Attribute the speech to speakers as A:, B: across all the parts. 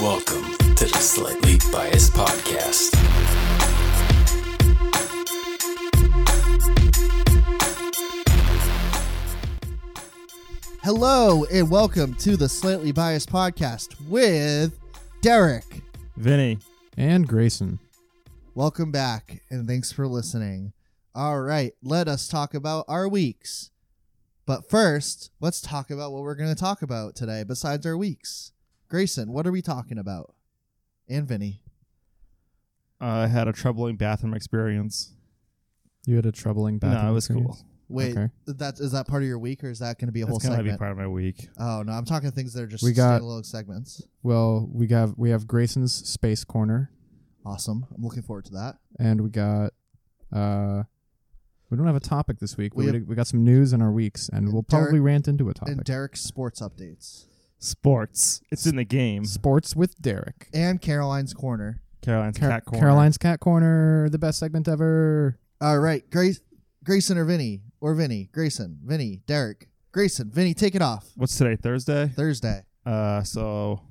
A: Welcome to the Slightly Biased Podcast.
B: Hello and welcome to the Slightly Biased Podcast with Derek.
C: Vinny.
D: And Grayson.
B: Welcome back and thanks for listening. All right, let us talk about our weeks. But first, let's talk about what we're going to talk about today besides our weeks. Grayson, what are we talking about? And Vinny.
C: Uh, I had a troubling bathroom experience.
D: You had a troubling bathroom.
C: no, it was
D: experience?
C: cool.
B: Wait,
D: Okay.
B: that is that part of your week or is that going to be a whole
C: It's gonna be
B: segment?
C: part of my week.
B: oh, no, I'm talking things that are just
D: We got-
B: standalone segments.
D: Well, we got we have Grayson's space corner,
B: Awesome. I'm looking forward to that.
D: and we got uh, we don't have a topic this week.
B: We
D: We
B: have-
D: we, got some news and our weeks, and we'll probably
B: Derek-
D: rant into a topic.
B: And Derek's sports updates
C: Sports. It's in the game.
D: Sports with Derek.
B: and Caroline's Corner.
C: Caroline's
D: Car-
C: cat corner.
D: Caroline's cat corner, the best segment ever.
B: All right, Grace, Grayson or Vinny or Vinny, Grayson, Vinny, Derek, Grayson, Vinny, take it off.
C: What's today? Thursday.
B: Thursday.
C: Uh, so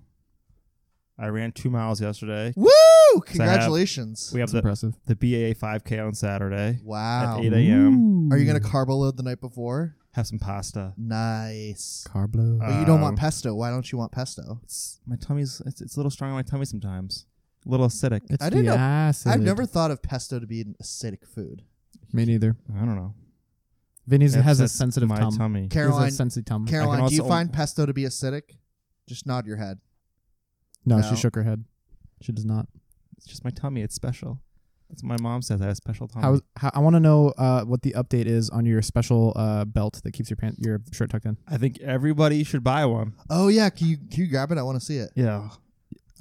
C: I ran two miles yesterday.
B: Woo!
C: I have-
B: Congratulations.
C: We have
D: It's
C: the
D: impressive.
C: the BAA 5K on Saturday.
B: Wow.
C: at 8 a.m.
B: Are you gonna
C: Mm.
B: carbo load the night before?
C: Have some pasta.
B: Nice.
D: carb load?
C: Uh,
B: But you don't
C: Um,
B: want pesto. Why don't you want pesto?
C: It's, my tummy's it's, it's a little strong on my tummy sometimes. A little acidic.
D: it's
B: I didn't
D: the
B: know-
D: acid.
B: I've never thought of pesto to be an acidic food.
D: Me neither.
C: I don't know.
D: Vinny's
C: That's-
D: has a
C: that's
D: sensitive
C: my
D: tum.
C: tummy.
D: He has
B: Caroline,
D: a sensi tum.
B: Caroline, do you
C: also-
B: find pesto to be acidic? Just nod your head.
D: no,
B: No.
D: she shook her head. She does not.
C: It's just my tummy. It's special. That's what my mom says. I have a special tummy.
D: How, how I want to know uh, what the update is on your special uh, belt that keeps your pant your shirt tucked in.
C: I think everybody should buy one.
B: Oh yeah, can you can you grab it? I want to see it.
C: Yeah.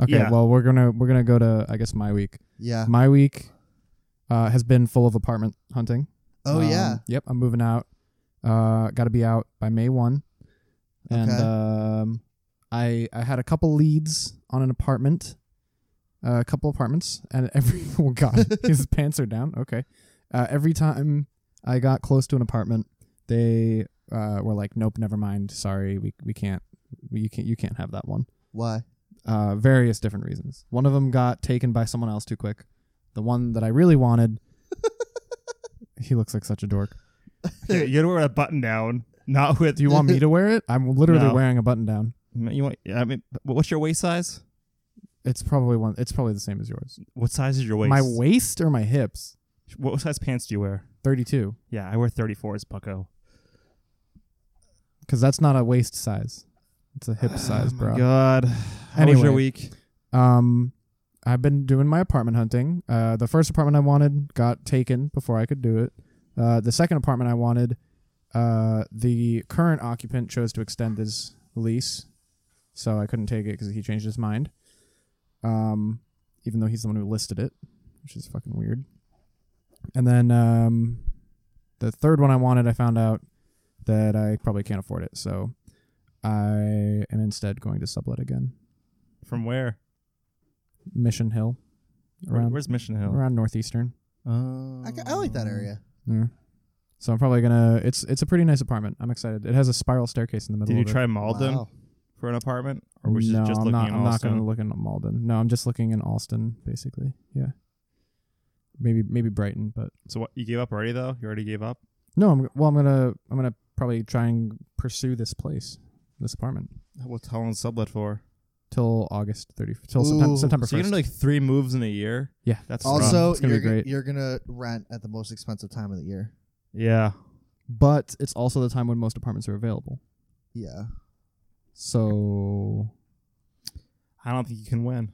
D: Okay,
C: Yeah.
D: well we're gonna we're gonna go to I guess my week.
B: Yeah.
D: My week uh, has been full of apartment hunting.
B: Oh
D: Um,
B: yeah.
D: Yep, I'm moving out. Uh, got to be out by May one, and
B: Okay.
D: um, I I had a couple leads on an apartment, uh, a couple apartments, and every oh god, his pants are down. Okay, uh, every time I got close to an apartment, they uh, were like, "Nope, never mind. Sorry, we we can't, we, you can't, you can't have that one."
B: Why?
D: uh, various different reasons. One of them got taken by someone else too quick. The one that I really wanted, he looks like such a dork.
C: Yeah, you gotta wear a button down, not with
D: Do you want me to wear it? I'm literally
C: No.
D: wearing a button down.
C: You want? I mean, what's your waist size?
D: It's probably one. It's probably the same as yours.
C: What size is your waist?
D: My waist or my hips?
C: What size pants do you wear?
D: Thirty-two,
C: Yeah, I wear 34s, Bucko.
D: Oh because that's not a waist size. It's a hip size,
C: oh my
D: bro.
C: God. How was your
D: Anyway.
C: week?
D: Um, I've been doing my apartment hunting. Uh, the first apartment I wanted got taken before I could do it. Uh, the second apartment I wanted, uh, the current occupant chose to extend his lease, so I couldn't take it because he changed his mind. Um, even though he's the one who listed it, which is fucking weird. And then um, the third one I wanted, I found out that I probably can't afford it, so I am instead going to sublet again.
C: From where?
D: Mission Hill,
C: Where-
D: around
C: Where's Mission Hill?
D: around northeastern.
C: Oh.
B: I, I like that area.
C: Hmm.
D: Yeah. So I'm probably gonna. It's it's a pretty nice apartment. I'm excited. It has a spiral staircase in the middle.
C: Did you
D: of it.
C: try Malden
B: Wow.
C: for an apartment, or was
D: no,
C: you just
D: I'm
C: looking
D: not.
C: at
D: I'm not gonna
C: Alston?
D: look in Malden. No, I'm just looking in Alston, basically. Yeah. Maybe maybe Brighton, but
C: So what? You gave up already, though. You already gave up.
D: no. I'm well. I'm gonna I'm gonna probably try and pursue this place, this apartment,
C: What's Helen sublet for?
D: till August 30 till
B: Ooh.
D: September, September
C: So you're
D: 1st.
C: gonna do like three moves in a year.
D: yeah.
C: That's rough.
B: Also,
D: It's gonna
B: you're,
D: be
B: gonna,
D: great.
B: you're gonna rent at the most expensive time of the year.
C: yeah.
D: But it's also the time when most apartments are available.
B: Yeah.
D: So
C: I don't think you can win.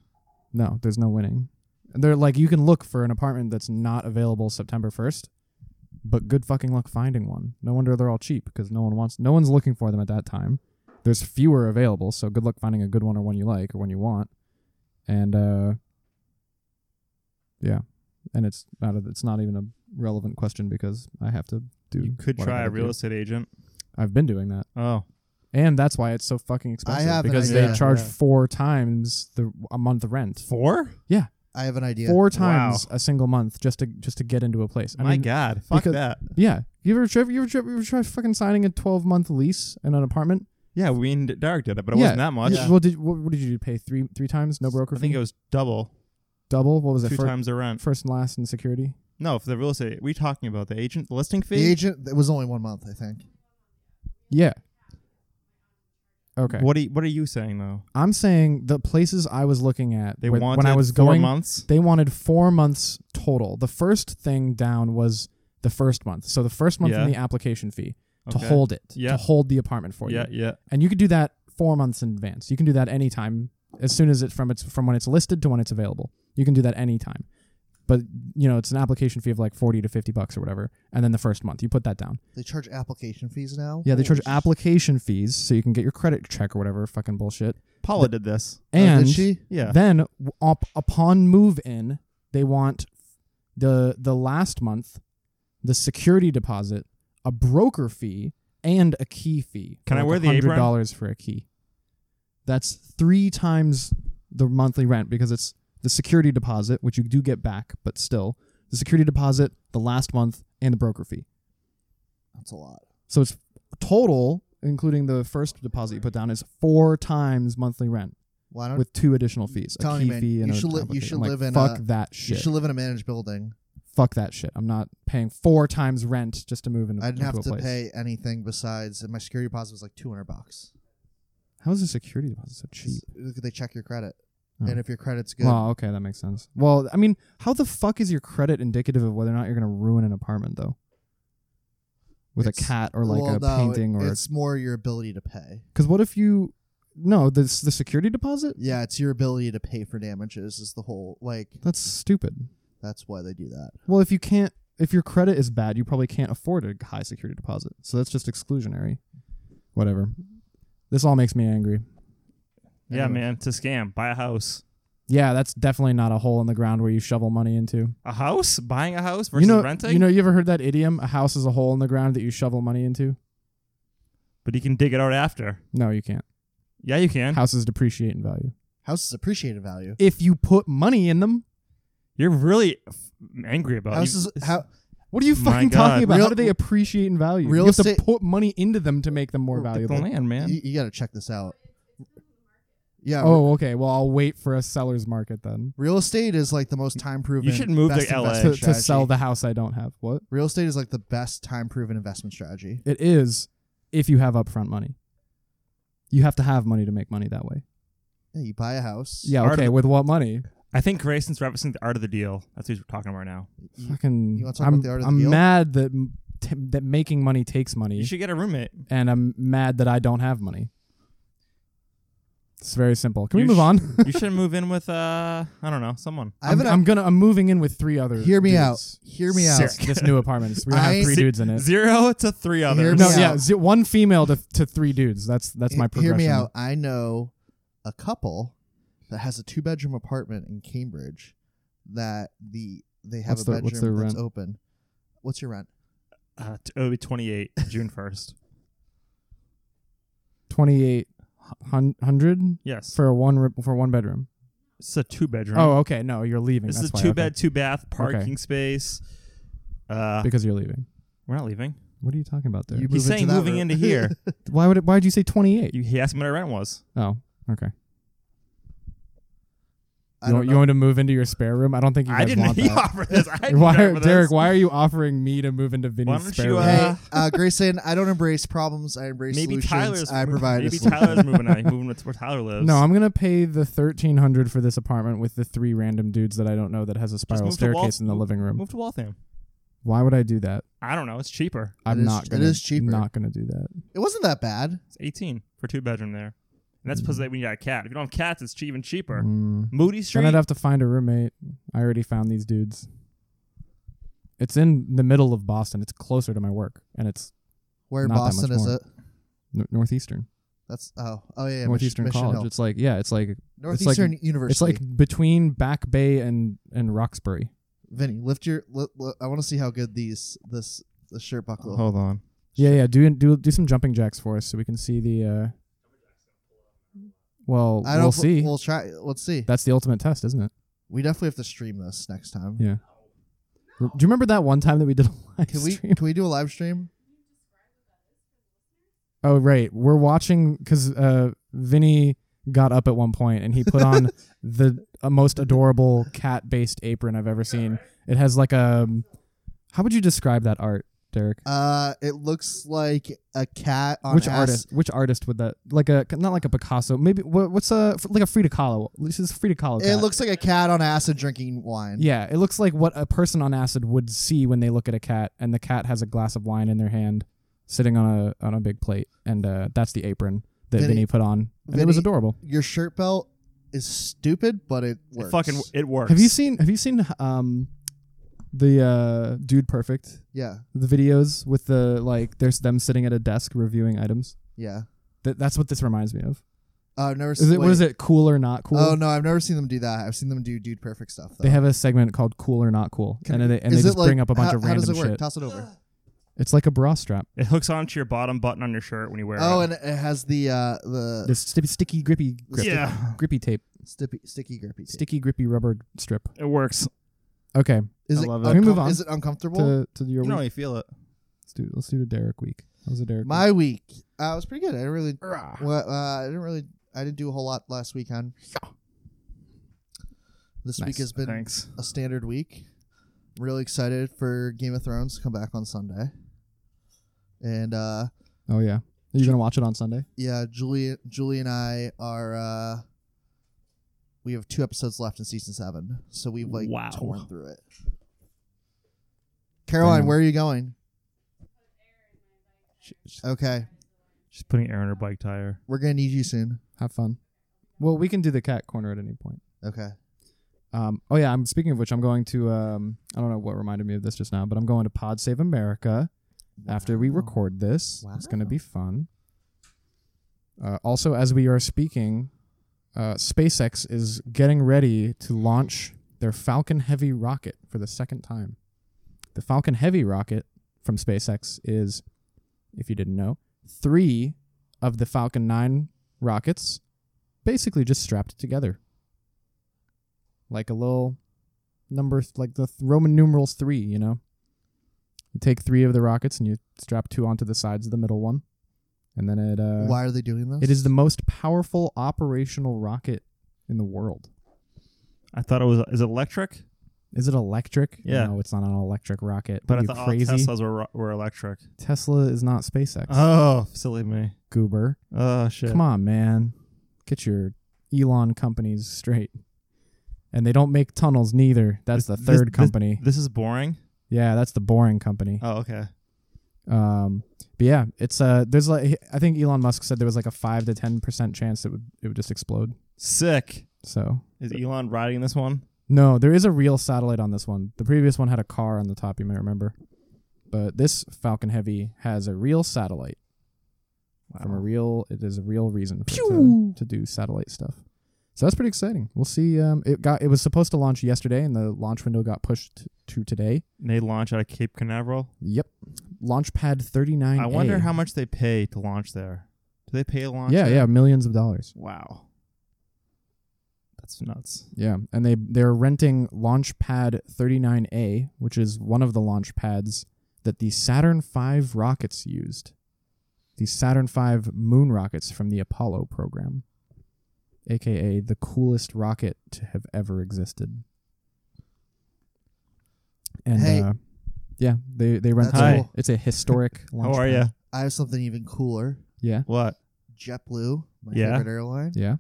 D: No, there's no winning. They're like you can look for an apartment that's not available September 1st, but good fucking luck finding one. No wonder they're all cheap because no one wants no one's looking for them at that time. There's fewer available, so good luck finding a good one or one you like or one you want. And uh yeah. And it's not a, it's not even a relevant question because I have to do
C: you could
D: what I
C: try a
D: gotta
C: real
D: do.
C: estate agent.
D: I've been doing that.
C: Oh,
D: And that's why it's so fucking expensive
B: have an
D: because
B: idea.
D: they charge
C: Yeah.
D: four times the a month rent
C: four?
B: I have an idea.
D: four times a single month just to just to get into a place. I
C: My
D: mean,
C: God, fuck
D: because-
C: that.
D: yeah. You ever try, you ever try, you ever try fucking signing a twelve month lease in an apartment?
C: Yeah, we and Derek did it, but it
D: Yeah.
C: wasn't that much.
D: Yeah. Well, did what, what did you pay three three times? No broker
C: I think
D: fee.
C: it was double,
D: Double. What was it?
C: two
D: Fir-
C: times the rent.
D: First and last in security.
C: No, for the real estate, we talking about the agent, the listing fee.
B: The agent it was only one month, I think.
D: Yeah. Okay.
C: What are you, What are you saying though?
D: I'm saying the places I was looking at
C: They
D: when,
C: wanted
D: when I was
C: four
D: going,
C: months.
D: they wanted four months total. The first thing down was the first month. So the first month
C: Yeah.
D: from the application fee to
C: Okay.
D: hold it,
C: Yeah.
D: to hold the apartment for
C: Yeah,
D: you.
C: yeah.
D: And you could do that four months in advance. You can do that anytime, as soon as it from it's from when it's listed to when it's available. You can do that anytime. But you know, it's an application fee of like forty to fifty bucks or whatever, and then the first month you put that down.
B: They charge application fees now.
D: Yeah, they charge
B: Holy
D: application fees so you can get your credit check or whatever fucking bullshit.
C: Paula did this.
B: shit. Oh,
D: And
B: did she?
C: Yeah.
D: then w- up, upon move in, they want the the last month, the security deposit, a broker fee, and a key fee.
C: Can I wear the apron?
D: hundred dollars for a key? That's three times the monthly rent because it's the security deposit, which you do get back, but still the security deposit, the last month, and the broker fee.
B: That's a lot.
D: So it's total, including the first deposit you put down, is four times monthly rent
B: Why don't
D: with two additional fees, a
B: Tony,
D: key
B: man,
D: fee and
B: you
D: a
B: should li- you
D: application.
B: should
D: like,
B: live in
D: fuck
B: a-
D: that
B: you
D: shit.
B: should live in a managed building?
D: fuck that shit. I'm not paying four times rent just to move into,
B: I didn't
D: into
B: have
D: a
B: to
D: place.
B: pay anything besides and my security deposit was like two hundred bucks.
D: How is the security deposit so cheap?
B: They check your credit.
D: Oh.
B: And if your credit's good,
D: Well, okay, that makes sense. Well, I mean, how the fuck is your credit indicative of whether or not you're gonna ruin an apartment though? With
B: It's-
D: a cat or like
B: well,
D: a
B: no, it-
D: painting or
B: it's more your ability to pay.
D: because what if you no this the security deposit?
B: Yeah, it's your ability to pay for damages is the whole like
D: That's stupid.
B: that's why they do that.
D: Well, if you can't, if your credit is bad, you probably can't afford a high security deposit. So that's just exclusionary. Whatever. This all makes me angry.
C: Yeah,
D: Anyway.
C: man. It's a scam. Buy a house.
D: Yeah, that's definitely not a hole in the ground where you shovel money into.
C: A house? Buying a house versus
D: You know,
C: renting?
D: you know, you ever heard that idiom? A house is a hole in the ground that you shovel money into.
C: but you can dig it out after.
D: No, you can't.
C: Yeah, you can.
D: Houses depreciate in value
B: Houses appreciate in value.
D: if you put money in them.
C: You're really f- angry about it.
B: Houses
C: You-
B: how
D: What are you
C: My
D: fucking
C: God.
D: talking about?
B: Real-
D: How do they appreciate in value?
B: real
D: you have
B: estate-
D: to put money into them to make them more
C: Look at
D: valuable. e-
C: the land, man.
B: you, you got to check this out. Yeah.
D: Oh, okay. Well, I'll wait for a seller's market then
B: Real estate is like the most time proven.
C: You should move to
B: best
C: LA.
B: investment
D: to, to sell
B: strategy.
D: the house I don't have. What?
B: Real estate is like the best time proven investment strategy.
D: It is if you have upfront money. You have to have money to make money that way.
B: Yeah, you buy a house.
D: Yeah,
C: Art
D: okay.
C: of-
D: With what money?
C: I think Grayson's referencing the art of the deal. That's who we're talking about now.
B: You-
D: Fucking.
B: you wanna talk
D: I'm,
B: about the art of the
D: I'm
B: deal?
D: mad that m- t- that making money takes money,
C: You should get a roommate.
D: and I'm mad that I don't have money. It's very simple. Can
C: You
D: we move
C: sh-
D: on?
C: you should move in with uh I don't know, someone.
B: I have
D: I'm,
B: an
D: I'm gonna. I'm moving in with three other.
B: hear me
D: dudes.
B: out. Hear me out.
D: This- This new apartment. We gonna
B: I-
D: have three
B: See-
D: dudes in it.
C: Zero to three others.
B: me
D: No,
B: out.
D: yeah, z- one female to, to three dudes. That's that's my
B: He- Hear
D: progression.
B: me out. I know a couple that has a two bedroom apartment in Cambridge that the they have
D: What's
B: a
D: their-
B: bedroom
D: what's their
B: that's
D: rent?
B: open. What's your rent?
C: Uh, t- it'll be 28 June 1st.
D: Twenty eight hundred
C: Yes.
D: for one re- for one bedroom.
C: it's a two bedroom.
D: Oh, okay. No, you're leaving.
C: this
D: That's
C: is a
D: why,
C: two
D: okay.
C: bed, two bath parking space. Uh,
D: because you're leaving.
C: we're not leaving.
D: What are you talking about there?
B: You
C: He's
B: move into
C: saying
B: that
C: moving
B: room.
C: into here.
D: why would it, why would you say 28?
C: you, he asked me what our rent was.
D: oh, okay.
B: I
D: You
B: don't
D: want, you
B: know.
D: want me to move into your spare room? I don't think you guys
C: I didn't
D: want
C: he
D: that.
C: offered this. I didn't
D: Why,
C: offer this.
D: Derek? Why are you offering me to move into
C: Why
D: Vinny's
C: don't
D: spare
C: you,
D: room?
C: uh,
B: Hey, uh, Grayson, I don't embrace problems. I embrace
C: Maybe
B: solutions.
C: Tyler's
B: I
C: moving-
B: provide. a
C: Maybe
B: solution.
C: Tyler's moving out. He's moving to where Tyler lives.
D: no, I'm gonna pay the 1300 for this apartment with the three random dudes that I don't know that has a spiral
C: move to Wal-
D: staircase in the living room.
C: move to Waltham.
D: Why would I do that?
C: I don't know. It's cheaper.
D: I'm
B: is-
D: not.
B: it
D: Gonna,
B: is cheaper.
D: Not gonna do that.
B: It wasn't that bad.
C: It's 18 for two bedroom there. And that's supposed to when you got a cat. If you don't have cats, it's che- even cheaper.
D: Mm.
C: Moody
D: Then
C: Street.
D: I'd have to find a roommate. I already found these dudes. It's in the middle of Boston. It's closer to my work, and it's
B: Where in
D: Not that
B: Boston
D: much
B: is
D: more.
B: it?
D: Nor- Northeastern,
B: That's oh oh yeah, yeah
D: Northeastern
B: Mission,
D: College.
B: Mission Hill.
D: It's like yeah, it's like
B: Northeastern University.
D: it's like between Back Bay and and Roxbury.
B: Vinny, lift your. Li, li- I want to see how good these this the shirt buckle.
D: Oh,
C: Hold on.
D: Yeah, yeah. Do do do some jumping jacks for us so we can see the. uh Well,
B: I don't.
D: we'll
B: pl-
D: see.
B: We'll try. Let's see.
D: That's the ultimate test, isn't it?
B: We definitely have to stream this next time.
D: Yeah. Do you remember that one time that we did a live
B: Can we
D: stream?
B: can we do a live stream?
D: Oh right, we're watching because uh, Vinny got up at one point and he put on the uh, most adorable cat-based apron I've ever seen. It has like a, how would you describe that art, Derek?
B: Uh, it looks like a cat on
D: which
B: acid.
D: artist? Which artist would that like a not like a Picasso? Maybe what, what's a like a Frida Kahlo? This is Frida Kahlo.
B: It
D: cat.
B: looks like a cat on acid drinking wine.
D: Yeah, it looks like what a person on acid would see when they look at a cat, and the cat has a glass of wine in their hand, sitting on a on a big plate, and uh, that's the apron that
B: Vinny-
D: Vinny, put on, and it was
B: Vinny-
D: adorable.
B: Your shirt belt is stupid, but it works.
C: It fucking it works.
D: Have you seen Have you seen um, the uh, Dude Perfect
B: Yeah,
D: the videos with the like there's them sitting at a desk reviewing items?
B: yeah.
D: That that's what this reminds me of.
B: Uh, I've never.
D: Is it what
B: wait.
D: is it cool or not cool?
B: Oh no, I've never seen them do that. I've seen them do dude perfect stuff. Though.
D: They have a segment called "Cool or Not Cool,"
B: Can
D: and
B: I-
D: they and they
B: Is it
D: just
B: like-
D: bring up a bunch
B: how,
D: of
B: how does
D: random
B: it work?
D: shit.
B: Toss it over.
D: It's like a bra strap.
C: It hooks onto your bottom button on your shirt when you wear
B: Oh,
C: it.
B: and it has the uh the
D: This sti- sticky, grippy, grip-
C: Yeah.
D: grippy tape.
B: stippy, sticky grippy. tape.
D: sticky grippy rubber strip.
C: it works.
D: Okay,
B: Is
D: I
B: it,
D: love it. Can we move
B: uncom-
D: on
B: Is it uncomfortable?
D: to, to your
E: You
D: week.
E: don't really feel it.
D: Let's do let's do the Derek week. That was a Derek. week.
B: My week, uh, was pretty good. I didn't really, well, uh, I didn't really, I didn't do a whole lot last weekend. This
D: Nice.
B: week has been
C: Thanks.
B: a standard week. I'm really excited for Game of Thrones to come back on Sunday, and uh,
D: Oh yeah, are you gonna watch it on Sunday?
B: yeah, Julie, Julie and I are. Uh, we have two episodes left in season seven, so we've like
C: Wow.
B: torn through it. Caroline,
D: Damn.
B: where are you going?
C: She- she-
B: Okay,
C: She's putting air in her bike tire.
B: we're gonna need you soon.
D: Have fun. Well, we can do the cat corner at any point.
B: Okay,
D: Um, oh yeah, I'm speaking of which, I'm going to. Um, I don't know what reminded me of this just now, but I'm going to Pod Save America after we
B: Wow.
D: record this. It's gonna be fun. Uh, also, as we are speaking, uh, SpaceX is getting ready to launch their Falcon Heavy rocket for the second time. The Falcon Heavy rocket from SpaceX is, if you didn't know, three of the Falcon 9 rockets basically just strapped together. Like a little number, th- like the th- Roman numerals three, you know? You take three of the rockets and you strap two onto the sides of the middle one. And then it. Uh,
B: Why are they doing this?
D: it is the most powerful operational rocket in the world.
C: I thought it was is it electric,
D: Is it electric?
C: Yeah.
D: No, it's not an electric rocket.
C: but
D: Are
C: I
D: you
C: thought oh,
D: crazy.
C: all Teslas were were electric.
D: Tesla is not SpaceX.
C: Oh, silly me.
D: Goober.
C: Oh shit.
D: Come on, man. Get your Elon companies straight. And they don't make tunnels neither. That's the
C: This-
D: third
C: this-
D: company.
C: This is boring.
D: yeah, that's the boring company.
C: Oh, okay.
D: Um, but yeah, it's uh there's like I think Elon Musk said there was like a 5 to 10% chance it would it would just explode.
C: Sick.
D: So,
C: Is Elon riding this one?
D: No, there is a real satellite on this one. The previous one had a car on the top, you might remember. But this Falcon Heavy has a real satellite. From a real, it is a real reason for it to, to do satellite stuff. So that's pretty exciting. We'll see. Um, it got it was supposed to launch yesterday, and the launch window got pushed to today.
C: They launch out of Cape Canaveral.
D: Yep, launch pad thirty nine.
C: I wonder how much they pay to launch there. Do they pay to launch?
D: Yeah,
C: there?
D: yeah, millions of dollars.
C: Wow. That's nuts.
D: Yeah, and they they're renting Launch Pad 39A, which is one of the launch pads that the Saturn V rockets used. The Saturn V moon rockets from the Apollo program, aka the coolest rocket to have ever existed. And
B: Hey.
D: uh, yeah, they they rent.
B: That's
D: it.
B: cool.
D: It's a historic launch.
C: How are
D: pad.
C: you?
B: I have something even cooler.
D: Yeah,
C: What?
B: JetBlue, my
C: Yeah.
B: favorite airline,
D: yeah.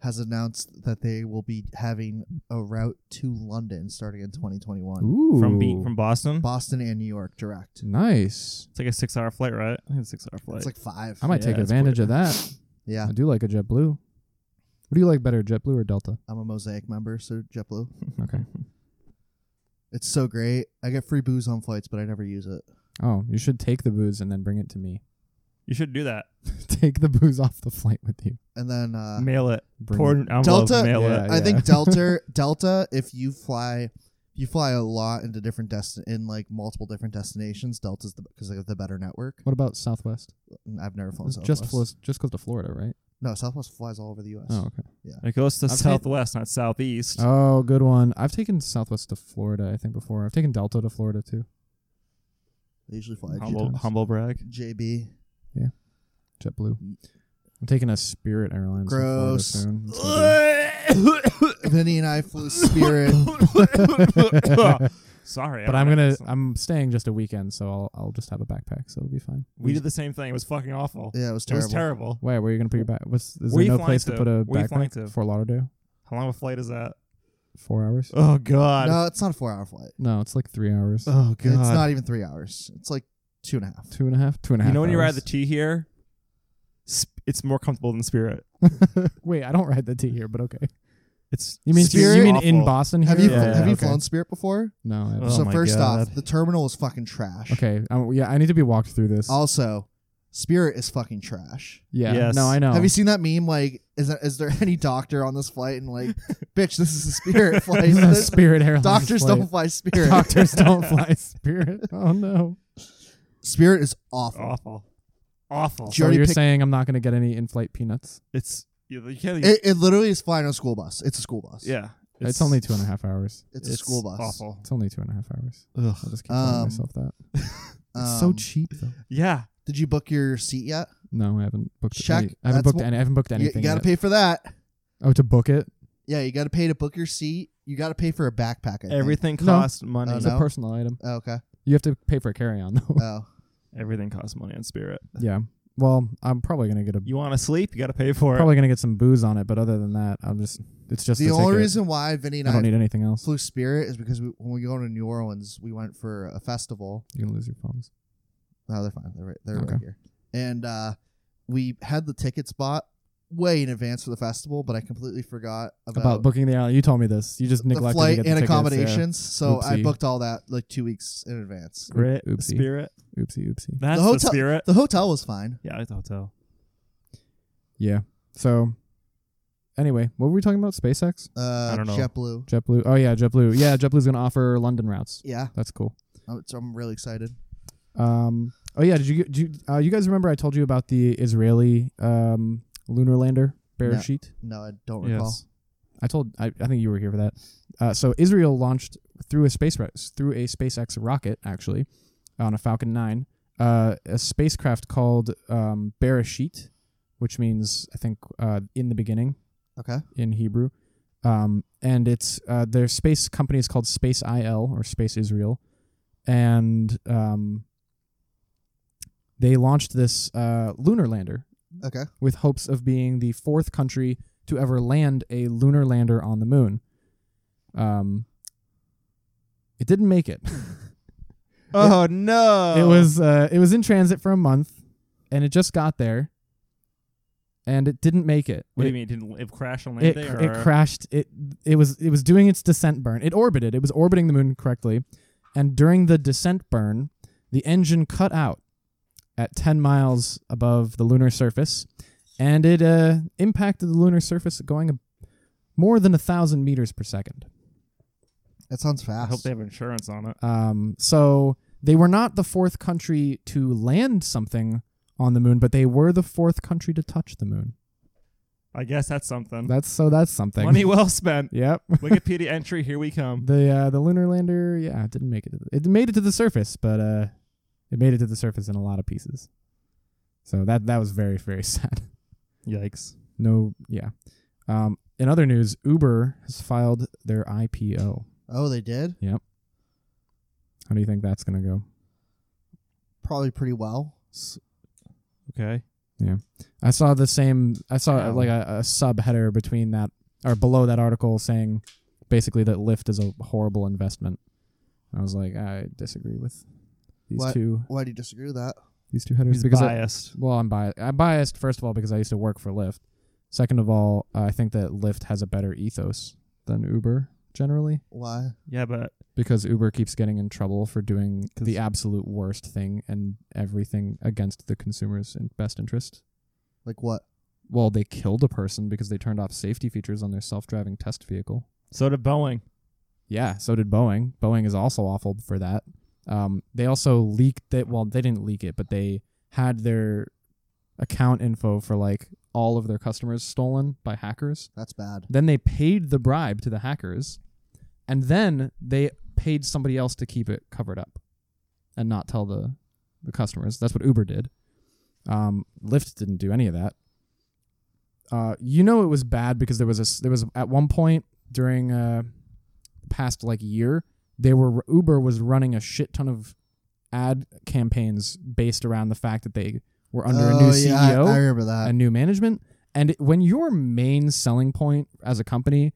B: has announced that they will be having a route to London starting in 2021.
D: Ooh,
C: From Be- from Boston?
B: Boston and New York direct.
D: nice.
C: It's like a six-hour flight, right? I think it's a six-hour flight.
B: It's like five.
D: I might
C: Yeah,
D: take
C: it's
D: advantage of
C: pretty-
D: that.
B: yeah,
D: I do like a JetBlue. What do you like better, JetBlue or Delta?
B: I'm a Mosaic member, so JetBlue.
D: Okay.
B: It's so great. I get free booze on flights, but I never use it.
D: Oh, you should take the booze and then bring it to me.
C: you should do that.
D: take the booze off the flight with you.
B: And then uh,
C: mail it.
D: Bring
C: Pour
D: it.
C: an envelope,
B: Delta-
C: Mail
D: Yeah.
C: it.
B: I think Delta, Delta, if you fly, you fly a lot into different desti- in like multiple different destinations. Delta's the because they have the better network.
D: What about Southwest?
B: I've never flown
D: It's
B: Southwest.
D: just flows, just goes to Florida, right?
B: No, Southwest flies all over the U.S.
D: Oh, okay.
C: It goes to
D: I've taken-
C: southwest, not southeast.
D: Oh, good one. I've taken Southwest to Florida, I think before. I've taken Delta to Florida too.
B: They usually fly. a
C: humble,
D: times.
C: humble brag.
B: JB.
D: Yeah. JetBlue. I'm taking a Spirit Airlines. in Florida
B: Mm. Gross.
D: soon. It's gonna be-
B: Vinny and I flew Spirit.
C: Sorry, I
D: but
C: don't
D: I'm
C: know.
D: gonna I'm staying just a weekend, so I'll I'll just have a backpack, so it'll be fine.
C: We did the same thing. It was fucking awful.
B: yeah, it was
C: It
B: terrible.
C: was terrible.
D: Where where are you gonna put your back? Was is
C: Where you
D: there no
C: flying
D: place to,
C: to?
D: put a
C: Where you flying
D: backpack?
C: to?
D: For Fort Lauderdale,
C: How long of a flight is that?
D: four hours.
C: Oh god.
B: No, it's not a four-hour flight.
D: No, it's like three hours,
C: oh god.
B: It's not even three hours. It's like two and a half.
D: two and a half, two and a half.
C: you know when you ride
D: hours.
C: the T here, sp- it's more comfortable than Spirit.
D: Wait, I don't ride the T here, but okay.
C: It's
D: You mean
B: Spirit?
D: you mean in
C: Awful.
D: Boston? Here?
B: Have you
C: Yeah,
B: have you
D: okay.
B: flown Spirit before?
D: No. I haven't.
C: Oh
B: so
C: my
B: first
C: God.
B: off, the terminal is fucking trash.
D: okay. Um, yeah, I need to be walked through this.
B: Also, Spirit is fucking trash.
D: yeah.
C: Yes.
D: No, I know.
B: Have you seen that meme? Like, is there, is there any doctor on this flight? And like, bitch, this is a Spirit flight.
D: This is a
B: There's-
D: Spirit Airlines?
B: Doctors
D: flight.
B: don't fly Spirit.
D: Doctors don't fly Spirit. Oh no.
B: Spirit is awful.
D: Oh,
C: awful, awful.
B: Ju-
D: So
B: already
D: you're
B: picked-
D: saying I'm not going to get any in-flight peanuts?
C: It's you, you can't.
B: It, it literally is flying on a school bus. It's a school bus.
C: yeah,
D: It's, only two and a half hours.
B: it's, a school bus.
C: Awful.
D: It's only two and a half hours.
C: Ugh.
D: I'll just keep telling
B: Um,
D: myself that. It's so
B: Um,
D: cheap though.
C: Yeah,
B: Did you book your seat yet?
D: No, I haven't booked.
B: Check.
D: Any, I
B: That's
D: haven't booked
B: wh-
D: any. I haven't booked
B: You-
D: anything.
B: you got to
D: yet.
B: pay for that.
D: Oh, to book it.
B: Yeah, you got to pay to book your seat. You got to pay for a backpack. I think.
C: everything
D: No.
C: costs money.
B: Oh,
D: It's
B: no.
D: a personal item.
B: Oh, okay.
D: You have to pay for a carry-on though.
B: Oh,
C: Everything costs money on Spirit.
D: yeah. Well, I'm probably gonna get a
C: You want to sleep? You got to pay for it.
D: probably gonna get some booze on it, but other than that, I'm just it's just
B: the
D: a
B: only
D: ticket.
B: reason why Vinny and
D: I
B: I,
D: don't need anything else.
B: flew Spirit is because we, when we go to New Orleans, we went for a festival.
D: You're gonna lose your phones.
B: No, they're fine. They're right, they're
D: Okay.
B: right here. And uh, we had the tickets bought way in advance for the festival, but I completely forgot about,
D: About booking the airline. You told me this. You just
B: the
D: neglected
B: flight
D: to get
B: and
D: the tickets, yeah.
B: accommodations. So I
D: Oopsie.
B: booked all that like two weeks in advance.
C: Great
D: Oopsie.
C: Spirit.
D: Oopsie, oopsie.
C: That's the,
B: hotel-
C: Spirit.
B: The hotel was fine.
C: yeah, I like the hotel.
D: Yeah. So, anyway, what were we talking about? SpaceX,
B: Uh,
C: don't know.
B: JetBlue.
D: JetBlue. Oh yeah, JetBlue. Yeah, JetBlue's gonna offer London routes.
B: Yeah,
D: That's cool.
B: I'm, so I'm really excited.
D: Um. Oh yeah. Did you did you, uh, you guys remember I told you about the Israeli um lunar lander
B: No.
D: parachute?
B: No, I don't recall.
D: I told I, I think you were here for that. Uh, so Israel launched through a space ro- through a SpaceX rocket actually on a Falcon 9 uh, a spacecraft called um, Bereshit, which means I think uh, in the beginning
B: Okay.
D: in Hebrew. Um, and it's uh, their space company is called Space IL or Space Israel, and um, they launched this uh, lunar lander
B: Okay.
D: with hopes of being the fourth country to ever land a lunar lander on the moon. Um, it didn't make it.
C: Oh no!
D: it was uh, it was in transit for a month, and it just got there, and it didn't make it.
C: What do
D: It-
C: you mean? It didn't it crash and land
D: It,
C: there?
D: it
C: or-
D: crashed. It it was it was doing its descent burn. It orbited. It was orbiting the moon correctly, and during the descent burn, the engine cut out at 10 miles above the lunar surface, and it uh, impacted the lunar surface going a, more than a thousand meters per second.
B: That sounds
C: I
B: fast.
C: hope they have insurance on it.
D: Um, so they were not the fourth country to land something on the moon, but they were the fourth country to touch the moon.
C: I guess that's something.
D: That's so that's something.
C: Hmm. Money well spent.
D: Yep.
C: Wikipedia entry. Here we come.
D: The uh, the lunar lander, yeah, it didn't make it. To the, it made it to the surface, but uh, it made it to the surface in a lot of pieces. So that that was very very sad.
C: Yikes!
D: No, yeah. Um, in other news, Uber has filed their IPO.
B: oh, they did?
D: How do you think that's gonna go?
B: Probably pretty well.
C: Okay.
D: I saw the same. I saw uh,
C: Ow.
D: like a, a subheader between that or below that article saying basically that Lyft is a horrible investment. I was like, I disagree with these
B: What?
D: two
B: Why do you disagree with that?
D: these two headers
C: He's
D: because I-
C: biased.
D: Well, I'm biased. I'm biased first of all because I used to work for Lyft. Second of all, I think that Lyft has a better ethos than Uber generally
B: Why?
C: yeah, but
D: because Uber keeps getting in trouble for doing
C: 'Cause-
D: the absolute worst thing and everything against the consumer's in- best interest.
B: Like what?
D: Well, they killed a person because they turned off safety features on their self-driving test vehicle.
C: so did Boeing.
D: Yeah, so did Boeing. Boeing is also awful for that. Um, they also leaked that. Well, they didn't leak it, but they had their account info for like all of their customers stolen by hackers.
B: That's bad.
D: Then they paid the bribe to the hackers, and then they paid somebody else to keep it covered up and not tell the the customers. That's what Uber did. Um, Lyft didn't do any of that. Uh, you know it was bad because there was a s- there was at one point during uh, the past like year they were Uber was running a shit ton of ad campaigns based around the fact that they were under a
B: Oh,
D: new E
B: yeah,
D: CEO
B: I, I remember that.
D: and new management. And it- when your main selling point as a company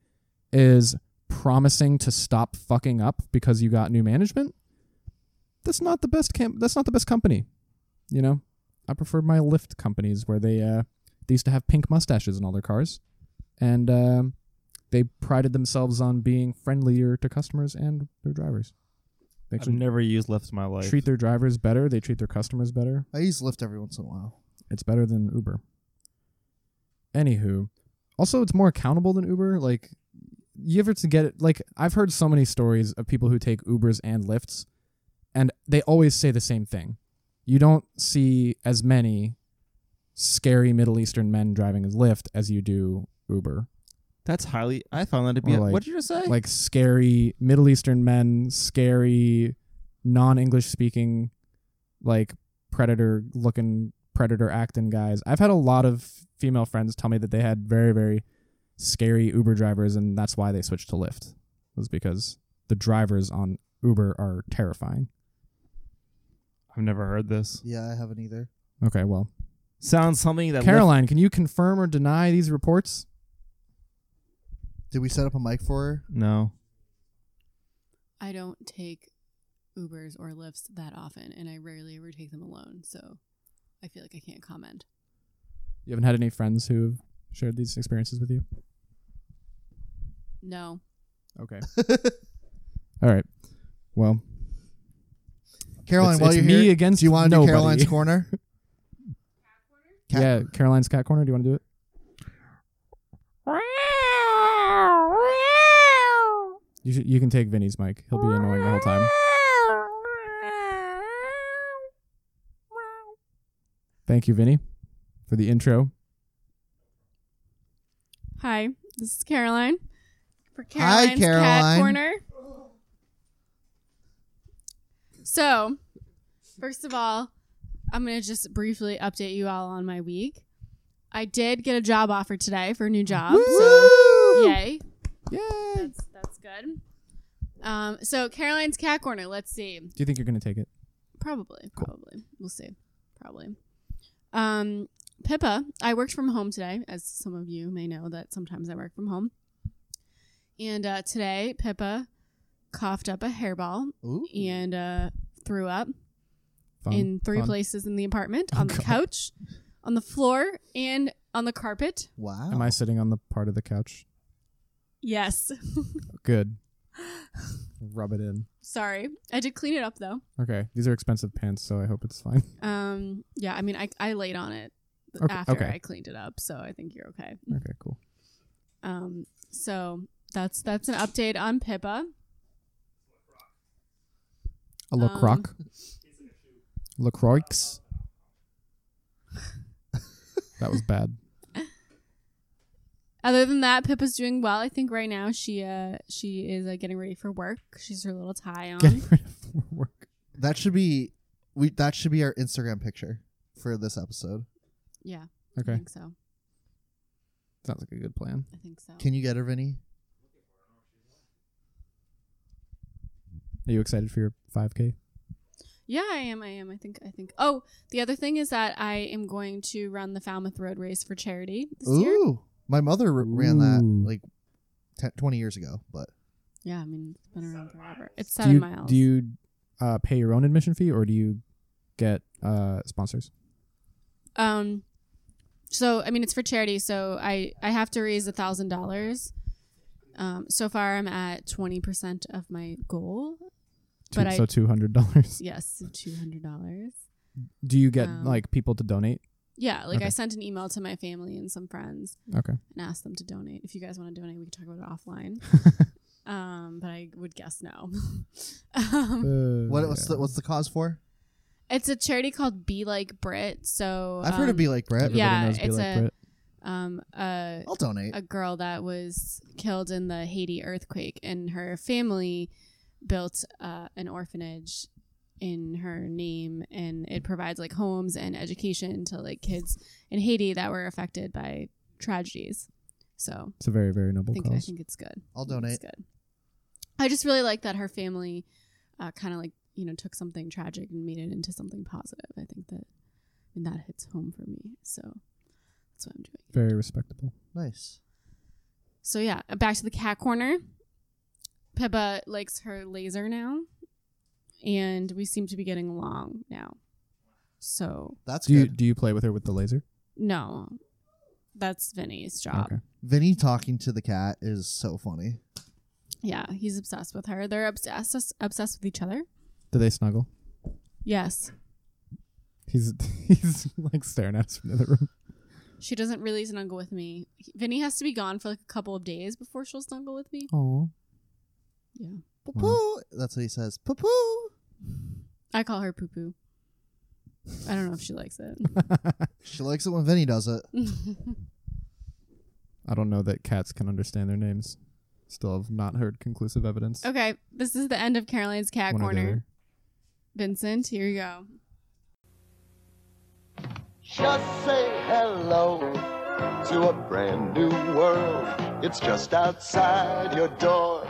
D: is promising to stop fucking up because you got new management, that's not the best camp. That's not the best company. You know, I prefer my Lyft companies where they uh, they used to have pink mustaches in all their cars, and um, they prided themselves on being friendlier to customers and their drivers. They
E: I've
D: actually
E: never used Lyft in my life.
D: treat their drivers better. They treat their customers better.
B: I use Lyft every once in a while.
D: It's better than Uber. Anywho, also it's more accountable than Uber. Like, you ever to get it? Like, I've heard so many stories of people who take Ubers and Lyfts, and they always say the same thing. You don't see as many scary Middle Eastern men driving a Lyft as you do Uber.
E: That's highly. I found that to be.
D: Or like-
E: what did you just say?
D: Like scary Middle Eastern men, scary non-English speaking, like predator looking predator acting guys. I've had a lot of female friends tell me that they had very very scary Uber drivers, and that's why they switched to Lyft. Was because the drivers on Uber are terrifying.
C: I've never heard this.
B: Yeah, I haven't either.
D: Okay, well,
E: sounds something that Lyft-
D: Caroline, can you confirm or deny these reports?
B: Did we set up a mic for her?
E: no.
F: I don't take Ubers or Lyfts that often, and I rarely ever take them alone. So I feel like I can't comment.
D: You haven't had any friends who've shared these experiences with you.
F: No.
D: Okay. All right. Well,
B: Caroline,
D: It's-
B: while
D: it's
B: you're
D: me
B: here,
D: against
B: do you want to do
D: nobody.
B: Caroline's corner? Cat-
D: yeah, Caroline's cat corner. Do you want to do it? You should, you can take Vinny's mic. He'll be annoying the whole time. Thank you, Vinny, for the intro.
F: Hi, this is Caroline. For
B: Hi,
F: Caroline's
B: Caroline.
F: Cat Corner. So, first of all, I'm going to just briefly update you all on my week. I did get a job offer today for a new job. So, yay.
D: Yay!
F: That's, that's good. Um, so, Caroline's Cat Corner, let's see.
D: Do you think you're gonna take it?
F: Probably, probably. We'll see. Probably. Um, Pippa, I worked from home today, as some of you may know that sometimes I work from home. And uh, today, Pippa coughed up a hairball
B: Ooh.
F: and uh, threw up
D: Fun.
F: in three
D: fun.
F: places in the apartment
D: Oh,
F: on the
D: God.
F: couch, on the floor, and on the carpet.
B: Wow.
D: Am I sitting on the part of the couch?
F: Yes.
D: Good. Rub it in.
F: Sorry. I did clean it up, though.
D: Okay. These are expensive pants, so I hope it's fine.
F: Um, yeah, I mean, I, I laid on it
D: Okay,
F: after
D: okay.
F: I cleaned it up, so I think you're okay.
D: Okay. Cool.
F: Um, so that's that's an update on Pippa.
D: A
F: Um,
D: LaCroix. LaCroix. that was bad.
F: Other than that, Pippa's doing well. I think right now she uh she is uh, getting ready for work. She's her little tie on.
D: Getting rid of work.
B: That should be we. That should be our Instagram picture for this episode.
F: yeah, I
D: Okay.
F: think so.
D: Sounds like a good plan.
F: I think so.
B: Can you get her, Vinny?
D: Are you excited for your 5K?
F: yeah, I am. I am. I think. I think. Oh, the other thing is that I am going to run the Falmouth Road Race for charity this year.
B: Ooh, my mother r- ran that
D: Ooh.
B: like 10, 20 years ago, but
F: Yeah, I mean it's been around forever. It's
D: do
F: seven
D: you,
F: miles.
D: Do you uh, pay your own admission fee or do you get uh, sponsors?
F: Um, so I mean, it's for charity, so I I have to raise a thousand dollars. Um, so far I'm at twenty percent of my goal.
D: Two,
F: But I-
D: so two hundred dollars.
F: Yes, two hundred dollars.
D: Do you get
F: Um,
D: like people to donate?
F: Yeah, like I
D: Okay.
F: sent an email to my family and some friends
D: Okay.
F: and asked them to donate. If you guys want to donate, we can talk about it offline. um, but I would guess no. um,
B: Uh, what what's the what's the cause for?
F: it's a charity called Be Like Brit. So
B: I've heard of
F: um,
B: Be Like Brett.
D: Everybody
F: yeah,
D: knows Be
F: it's
D: Like
F: a-
D: Brit.
F: Um, uh,
B: I'll donate.
F: a girl that was killed in the Haiti earthquake, and her family built uh, an orphanage in her name and it provides like homes and education to like kids in Haiti that were affected by tragedies. So
D: It's a very, very
F: I
D: noble
F: think I
D: cause.
F: think it's good.
B: I'll
F: I think
B: donate.
F: It's good. I just really like that her family uh, kind of like you know took something tragic and made it into something positive. I think that and that hits home for me. So that's what I'm doing.
D: very respectable.
B: Nice.
F: So yeah, back to the cat corner. Peppa likes her laser now, and we seem to be getting along now. So
B: That's
D: Do you
B: good.
D: do you play with her with the laser?
F: no, that's Vinny's job.
D: Okay.
B: Vinny talking to the cat is so funny.
F: Yeah, he's obsessed with her. They're obsessed obsessed with each other.
D: Do they snuggle?
F: Yes,
D: He's he's like staring at us from the other room.
F: she doesn't really snuggle with me. Vinny has to be gone for like a couple of days before she'll snuggle with me.
D: Oh,
F: Yeah,
B: Poo-poo. Uh-huh. That's what he says. Poo-poo.
F: I call her poo poo. I don't know if she likes it.
B: She likes it when Vinny does it.
D: I don't know that cats can understand their names. Still have not heard conclusive evidence.
F: okay, this is the end of Caroline's cat
D: one or the
F: corner.
D: other.
F: Vincent, here you go.
G: Just say hello to a brand new world. It's just outside your door.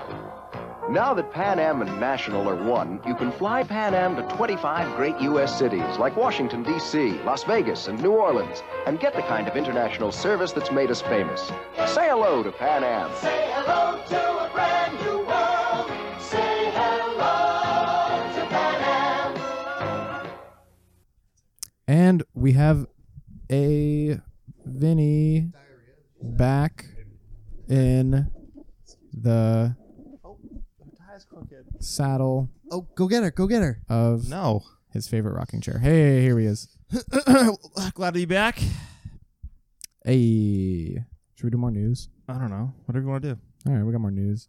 G: Now that Pan Am and National are one, you can fly Pan Am to 25 great U.S. cities like Washington, D.C., Las Vegas, and New Orleans, and get the kind of international service that's made us famous. Say hello to Pan Am. Say hello to a brand new world. Say hello to Pan Am.
D: And we have a Vinny back in the saddle
B: Oh, go get her. Go get her.
D: of
E: No.
D: his favorite rocking chair. Hey, here he is.
E: Glad to be back.
D: Hey, should we do more news?
E: I don't know. Whatever you want to do.
D: All right, we got more news.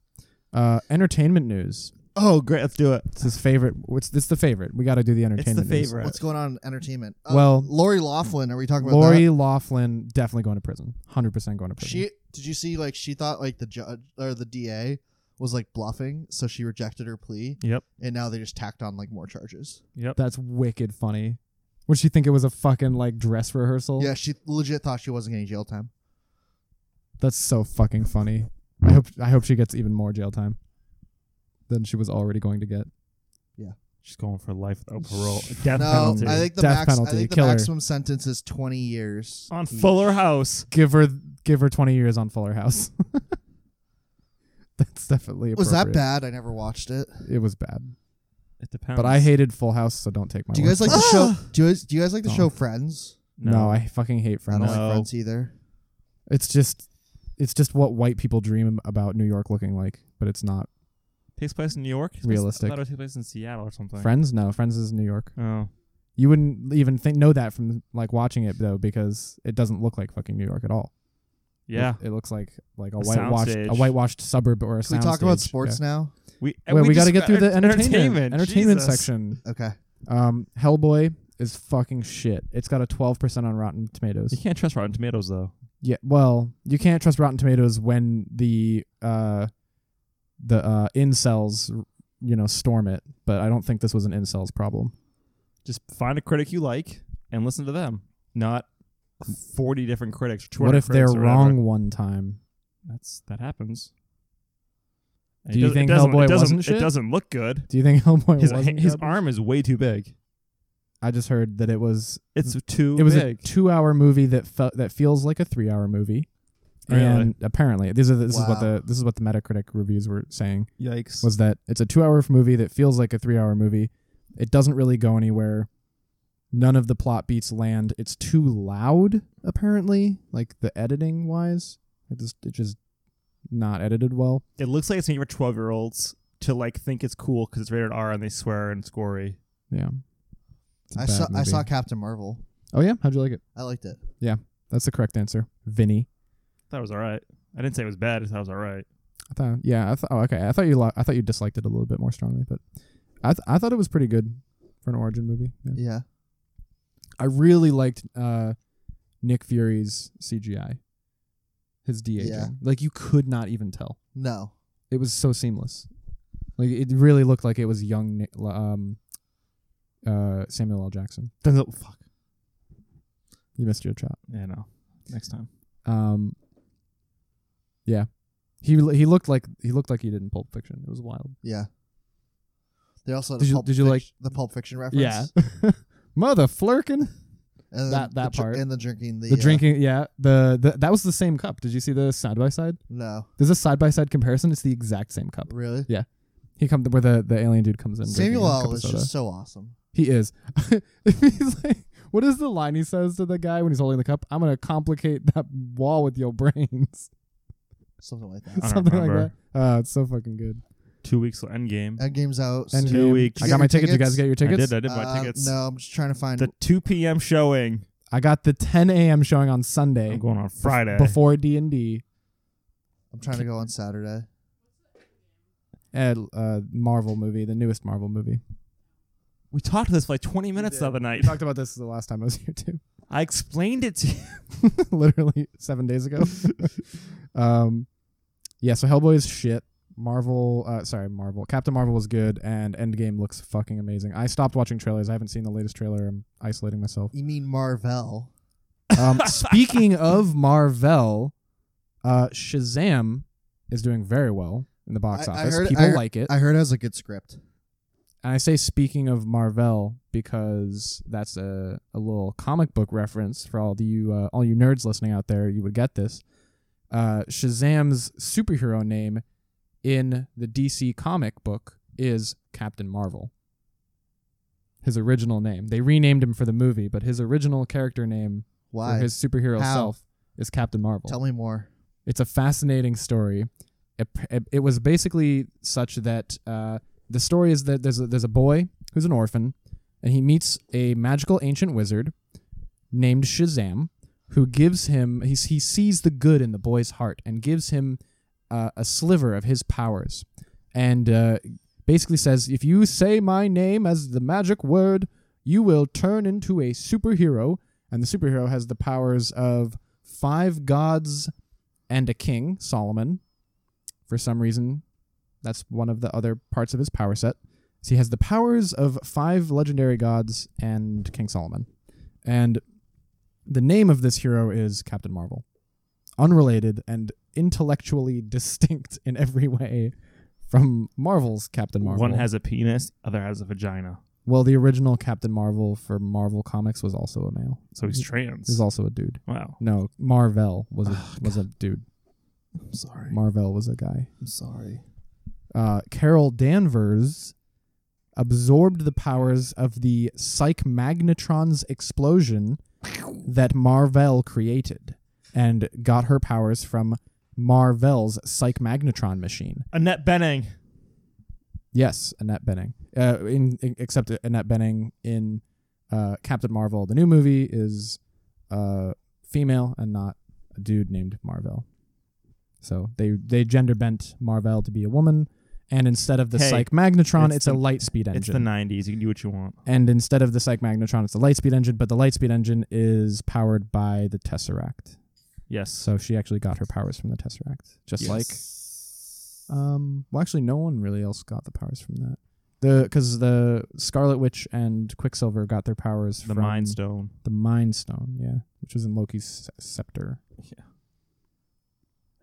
D: Uh, entertainment news.
E: Oh, great. Let's do it.
D: It's his favorite. What's this? The favorite. We got to do the
E: It's
D: entertainment.
E: the
D: news.
E: favorite.
B: What's going on in entertainment?
D: Well-
B: Lori Laughlin. Are we talking Uh, about
D: Lori
B: that?
D: Laughlin definitely going to prison. Hundred percent going to prison.
B: She did you see like she thought like the judge or the DA was like bluffing, so she rejected her plea,
C: Yep.
B: and now they just tacked on like more charges.
C: Yep.
D: That's wicked funny. Would she think it was a fucking like dress rehearsal?
B: Yeah, she legit thought she wasn't getting jail time.
D: That's so fucking funny. I hope I hope she gets even more jail time than she was already going to get.
C: She's going for life without parole. Death
B: No,
C: penalty.
B: I think the
D: Death
B: max,
D: penalty,
B: I think the
D: kill her.
B: maximum sentence is twenty years.
C: on Fuller House.
D: Give her give her 20 years on Fuller House. That's definitely
B: Was that
D: appropriate.
B: bad? I never watched it.
D: It was bad.
C: It depends.
D: But I hated Full House, so don't take my
B: Do you
D: word
B: guys
D: for
B: like
D: it.
B: the show? Do you guys, do you guys like the
D: Oh.
B: show Friends?
D: No, I fucking hate
B: I
D: Friends.
B: don't like
E: No.
B: Friends either.
D: It's just it's just what white people dream about New York looking like, but it's not.
E: takes place in New York. It's
D: Realistic.
E: Based, I thought it takes place in Seattle or something.
D: Friends? No, Friends is New York.
E: Oh,
D: You wouldn't even think know that from like watching it though, because it doesn't look like fucking New York at all.
E: yeah.
D: it, it looks like like a,
E: A
D: whitewashed
E: soundstage.
D: a whitewashed suburb or a.
B: Can we talk about
D: soundstage.
B: sports
D: Yeah.
B: now?
E: We
D: Wait, we, got to
E: just
D: get through the
E: enter-
D: entertainment entertainment
E: Jesus.
D: section.
B: Okay.
D: Um, Hellboy is fucking shit. It's got a twelve percent on Rotten Tomatoes.
E: You can't trust Rotten Tomatoes though.
D: Yeah, well, you can't trust Rotten Tomatoes when the uh, the uh, incels you know storm it. But I don't think this was an incels problem.
E: Just find a critic you like and listen to them. Not forty different critics. Or
D: What
E: 200
D: if they're
E: critics or whatever.
D: wrong one time?
E: That's that happens. And
D: Do
E: it
D: you
E: doesn't-
D: think
E: it doesn't,
D: Hellboy
E: it doesn't,
D: wasn't
E: It
D: shit?
E: doesn't look good.
D: Do you think Hellboy
E: His
D: wasn't
E: his
D: garbage?
E: arm is way too big.
D: I just heard that it was
E: It's too.
D: Mm. It was
E: big.
D: a two-hour movie that fe- that feels like a three-hour movie, and
E: Really?
D: apparently these are the, this is what
B: Wow.
D: the this is what the Metacritic reviews were saying
E: Yikes.
D: was that it's a two-hour movie that feels like a three-hour movie. It doesn't really go anywhere. None of the plot beats land. It's too loud, apparently. Like the editing wise, it just it just not edited well.
E: it looks like it's made for twelve year olds to like think it's cool because it's rated R and they swear and it's gory.
D: Yeah. It's a
B: I
D: bad
B: saw I
D: movie.
B: saw Captain Marvel.
D: Oh yeah, how'd you like it?
B: I liked it.
D: That's the correct answer, Vinny.
E: That was all right. I didn't say it was bad. I thought it was all right.
D: I thought, yeah, I thought, oh, okay. I thought you, li- I thought you disliked it a little bit more strongly, but I, th- I thought it was pretty good for an origin movie. Yeah.
B: Yeah.
D: I really liked uh, Nick Fury's CGI, his de aging.
B: Yeah.
D: Like you could not even tell.
B: No.
D: It was so seamless. Like it really looked like it was young Nick, um, uh, Samuel L. Jackson.
E: Denzel. Fuck.
D: You missed your shot.
E: Yeah, no. Next time.
D: Um, yeah, he he looked like he looked like he did in Pulp Fiction. It was wild.
B: Yeah. They also had
D: Did
B: a
D: you-
B: Pulp
D: did you
B: Fic-
D: like-
B: the Pulp Fiction reference?
D: mother flirkin.
B: and
D: that-
B: the
D: that
B: dr-
D: part.
B: and the drinking the,
D: The
B: uh,
D: drinking, yeah. The, the that was the same cup. Did you see the side by side?
B: No,
D: There's a side by side comparison. It's the exact same cup.
B: really.
D: He come where the, the alien dude comes in. drinking
B: Samuel
D: a cup
B: L.
D: of
B: is
D: soda.
B: just so awesome.
D: He is. he's like, what is the line he says to the guy when he's holding the cup? I'm gonna complicate that wall with your brains.
B: Something like
C: I
B: that.
C: don't
D: Something like
C: remember.
D: that. Uh, it's so fucking good.
C: Two weeks till Endgame.
B: That game's out.
D: And
C: Two weeks.
D: I
B: Did you
D: got my
B: get your
D: tickets. You guys get your
C: I
D: tickets.
C: did. I did buy
B: Uh,
C: tickets.
B: No, I'm just trying to find.
C: The 2 p.m. showing.
D: I got the 10 a.m. showing on Sunday
C: I'm going on Friday.
D: before D and D
B: I'm trying to go on Saturday.
D: at uh, Marvel movie, the newest Marvel movie.
C: we talked to this for like 20 minutes the other
D: We
C: night.
D: talked about this the last time I was here too,
C: I explained it to you.
D: literally seven days ago. um, yeah. So Hellboy is shit. Marvel, uh, sorry, Marvel. Captain Marvel was good, and Endgame looks fucking amazing. I stopped watching trailers. I haven't seen the latest trailer. I'm isolating myself.
B: You mean Marvel?
D: Um, speaking of Marvel, uh, Shazam is doing very well in the box
B: I- I
D: office.
B: heard-
D: People
B: I heard-
D: like it.
B: I heard it was a good script.
D: And I say speaking of Marvel because that's a, a little comic book reference for all the you uh, all you nerds listening out there. You would get this. Uh, Shazam's superhero name in the DC comic book is Captain Marvel. His original name. They renamed him for the movie, but his original character name
B: Why?
D: for his superhero
B: How?
D: self is Captain Marvel.
B: Tell me more.
D: It's a fascinating story. It, it, it was basically such that uh, the story is that there's a, there's a boy who's an orphan, and he meets a magical ancient wizard named Shazam, who gives him he's, he sees the good in the boy's heart and gives him uh, a sliver of his powers, and uh, basically says if you say my name as the magic word, you will turn into a superhero, and the superhero has the powers of five gods and a king, Solomon. For some reason, that's one of the other parts of his power set. So he has the powers of five legendary gods and King Solomon. And the name of this hero is Captain Marvel. Unrelated and intellectually distinct in every way from Marvel's Captain Marvel.
C: One has a penis, other has a vagina.
D: well, the original Captain Marvel for Marvel Comics was also a male.
C: So he's
D: He's
C: trans.
D: also a dude.
C: wow.
D: No, Marvel was a, was a dude.
E: Oh, I'm sorry.
D: Marvel was a guy.
E: I'm sorry.
D: uh, Carol Danvers absorbed the powers of the psych magnetron's explosion that Marvell created and got her powers from Marvell's psych magnetron machine.
C: Annette Benning.
D: Yes, Annette Benning. Uh, in, in- except Annette Benning in uh, Captain Marvel, the new movie is uh, female and not a dude named Marvell. So they they gender bent Marvell to be a woman, and instead of the
C: Hey,
D: psych magnetron, it's,
C: it's
D: a
C: the-
D: light speed engine.
C: It's the 90s. You can do what you want.
D: and instead of the psych magnetron, it's a light speed engine. But the light speed engine is powered by the tesseract.
C: Yes.
D: So she actually got her powers from the tesseract, just like um, well, actually, no one really else got the powers from that. The because the Scarlet Witch and Quicksilver got their powers
C: the
D: from
C: Mind Stone.
D: The Mind Stone, yeah, which was in Loki's s- scepter.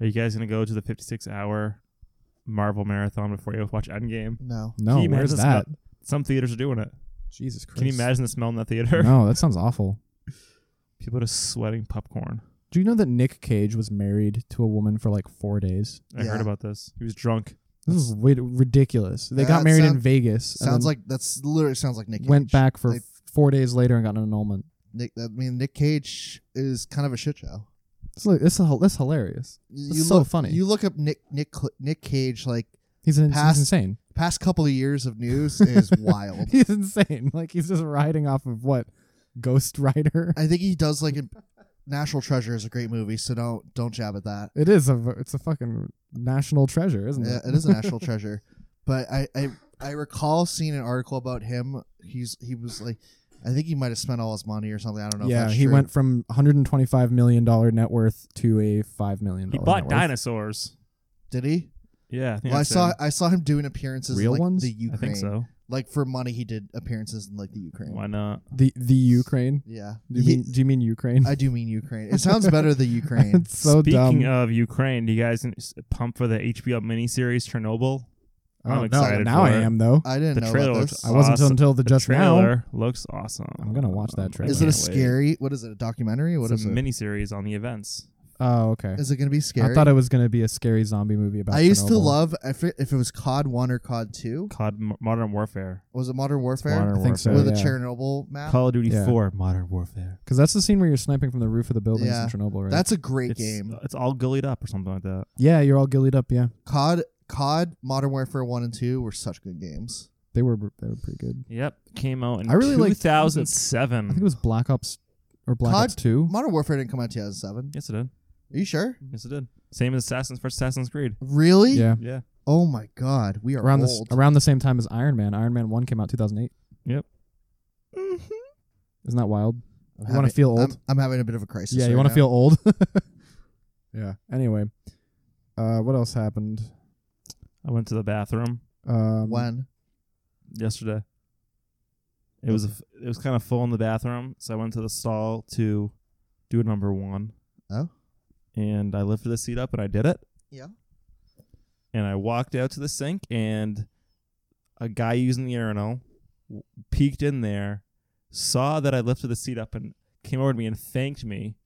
C: Are you guys going to go to the 56 hour Marvel marathon before you watch Endgame?
B: No.
D: No,
C: Can you
D: where's
C: imagine the
D: that?
C: smell- Some theaters are doing it.
D: Jesus Christ!
C: Can you imagine the smell in that theater?
D: No, that sounds awful.
C: People just sweating popcorn.
D: Do you know that Nick Cage was married to a woman for like four days?
C: I
B: Yeah.
C: heard about this. He was drunk.
D: This is wi- ridiculous. They
B: Yeah,
D: got
B: that
D: married in
B: sound-
D: Vegas. and
B: Sounds
D: then
B: like that's literally sounds like Nick.
D: went
B: Cage.
D: back for
B: They-
D: f- four days later and got an annulment.
B: Nick, I mean, Nick Cage is kind of a shit show.
D: It's like this. That's hilarious.
B: You
D: That's
B: you
D: so
B: look,
D: funny.
B: You look up Nick Nick Cl- Nick Cage like
D: He's, an,
B: Past-
D: he's insane.
B: past couple of years of news is wild.
D: he's insane. Like he's just riding off of what Ghost Rider.
B: I think he does like in National Treasure is a great movie, so don't don't jab at that.
D: It is a it's a fucking national treasure, isn't
B: Yeah,
D: it?
B: it is a national treasure. But I, I I recall seeing an article about him. He's he was like I think he might have spent all his money or something. I don't know. if
D: yeah,
B: that's
D: he
B: true.
D: went from 125 million dollar net worth to a five million.
C: He
D: dollar
C: bought
D: net worth.
C: dinosaurs.
B: Did he?
C: Yeah. I think
B: well, I
C: that's
B: saw
C: him.
B: I saw him doing appearances
D: Real
B: in like
D: ones?
B: the
D: I
B: Ukraine.
C: I think so.
B: Like for money, he did appearances in like the Ukraine.
C: Why not?
D: The the Ukraine.
B: Yeah,
D: Do you
B: He-
D: mean do you mean Ukraine?
B: I do mean Ukraine. It sounds better than Ukraine.
D: it's so
C: Speaking
D: dumb.
C: of Ukraine, do you guys n- s- pump for the HBO miniseries Chernobyl? I'm
D: oh, no,
C: excited
D: now
C: for
D: I
C: it.
D: am though.
B: I didn't
C: The
B: know
C: trailer
B: about
C: looks
B: this.
D: I wasn't
C: awesome.
D: until the,
C: The
D: just now.
C: trailer looks awesome.
D: I'm gonna watch that trailer.
B: Is it a
C: Can't wait.
B: scary? What is it? A documentary? What
C: it's
B: is
C: a
B: it?
C: miniseries on the events.
D: Oh, okay.
B: Is it going to be scary?
D: I thought it was gonna be a scary zombie movie about.
B: I used to
D: Chernobyl.
B: love if it, if it was COD One or COD Two.
C: COD M- Modern Warfare.
B: Was it Modern Warfare
C: Modern
D: I think so.
C: Warfare.
B: with
D: yeah.
B: a Chernobyl map?
C: Call of Duty
D: Yeah.
C: 4 Modern Warfare.
D: because that's the scene where you're sniping from the roof of the buildings
B: Yeah.
D: in Chernobyl, right?
B: That's a great
C: It's, uh,
B: game.
C: it's all gullied up or something like that.
D: yeah. You're all gillied up. Yeah,
B: COD COD Modern Warfare One and Two were such good games.
D: they were they were pretty good.
C: Yep, came out in
D: I really liked-
C: 2007.
D: I think it was Black Ops or Black
B: COD
D: Ops Two.
B: Modern Warfare didn't come out in 2007.
C: yes, it did.
B: Are you sure?
C: Yes, it did. Same as Assassin's first Assassin's Creed.
B: Really?
D: Yeah,
C: Yeah,
B: Oh my God, we are
D: around the s-
B: old.
D: around the same time as Iron Man. Iron Man One came out 2008.
C: Yep.
D: Isn't that wild?
B: I'm
D: you wanna
B: having-
D: feel old?
B: I'm, I'm having a bit of a crisis.
D: yeah, you
B: want to
D: feel old. yeah. Anyway, uh, what else happened?
C: I went to the bathroom
D: Um,
B: when?
C: yesterday. It was a f it was kind of full in the bathroom, so I went to the stall to do number one.
B: Oh.
C: And I lifted the seat up and I did it.
B: Yeah.
C: And I walked out to the sink and a guy using the urinal w- peeked in there, saw that I lifted the seat up and came over to me and thanked me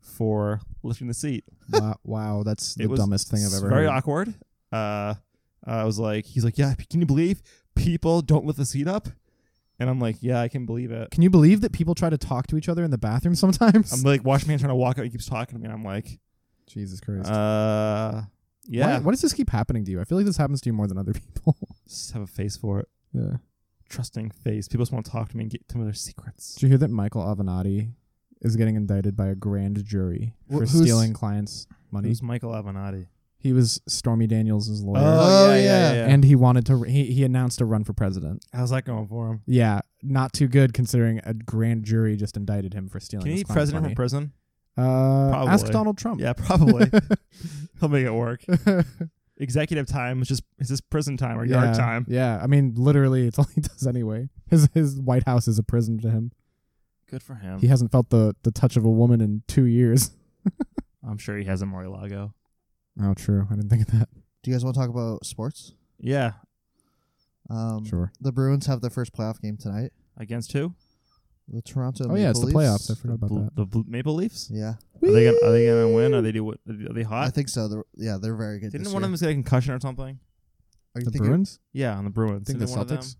C: for lifting the seat.
D: wow, wow, that's
C: It
D: the
C: was
D: dumbest thing I've
C: It's
D: ever
C: very
D: heard.
C: awkward. Uh, I was like, he's like, yeah, can you believe people don't lift the seat up? And I'm like, yeah, I can believe it.
D: Can you believe that people try to talk to each other in the bathroom sometimes?
C: I'm like, watch me trying to walk out. He keeps talking to me, and I'm like,
D: Jesus Christ.
C: uh, yeah,
D: Why, why does this keep happening to you? I feel like this happens to you more than other people.
C: just have a face for it,
D: yeah.
C: trusting face. People just want to talk to me and get to know their secrets.
D: Did you hear that Michael Avenatti is getting indicted by a grand jury
B: Wh-
D: for
B: who's-
D: stealing clients' money?
C: Who's Michael Avenatti?
D: he was Stormy Daniels' lawyer,
B: Oh, yeah.
D: and he wanted to. He, he announced a run for president.
C: How's that going for him?
D: Yeah, not too good considering a grand jury just indicted him for stealing.
C: Can he
D: his
C: be
D: clients'
C: president
D: money.
C: from prison?
D: Uh, ask
C: Probably.
D: Donald Trump.
C: Yeah, probably. He'll make it work. Executive time is just it's just prison time or
D: yeah,
C: yard time.
D: Yeah, I mean, literally, it's all he does anyway. His his White House is a prison to him.
C: Good for him.
D: He hasn't felt the the touch of a woman in two years.
C: I'm sure he has a Morilago.
D: Oh, true. I didn't think of that.
B: Do you guys want to talk about sports?
C: Yeah,
B: Um,
D: Sure.
B: The Bruins have their first playoff game tonight.
C: against who?
B: The Toronto.
D: Oh yeah, it's
B: Maple
D: the playoffs. I
B: Leafs.
D: forgot about
C: Bl-
D: that.
C: The Blue Maple Leafs.
B: Yeah,
C: Are they gonna Are they gonna win? Are they do? Are they hot?
B: I think so. They're, yeah, they're very good.
C: Didn't
B: this
C: one
B: year.
C: of them get a concussion or something?
B: Are you
D: The
B: thinking
D: Bruins?
C: Yeah, on the Bruins.
D: I think
C: Didn't
D: the
C: one of them
D: Celtics.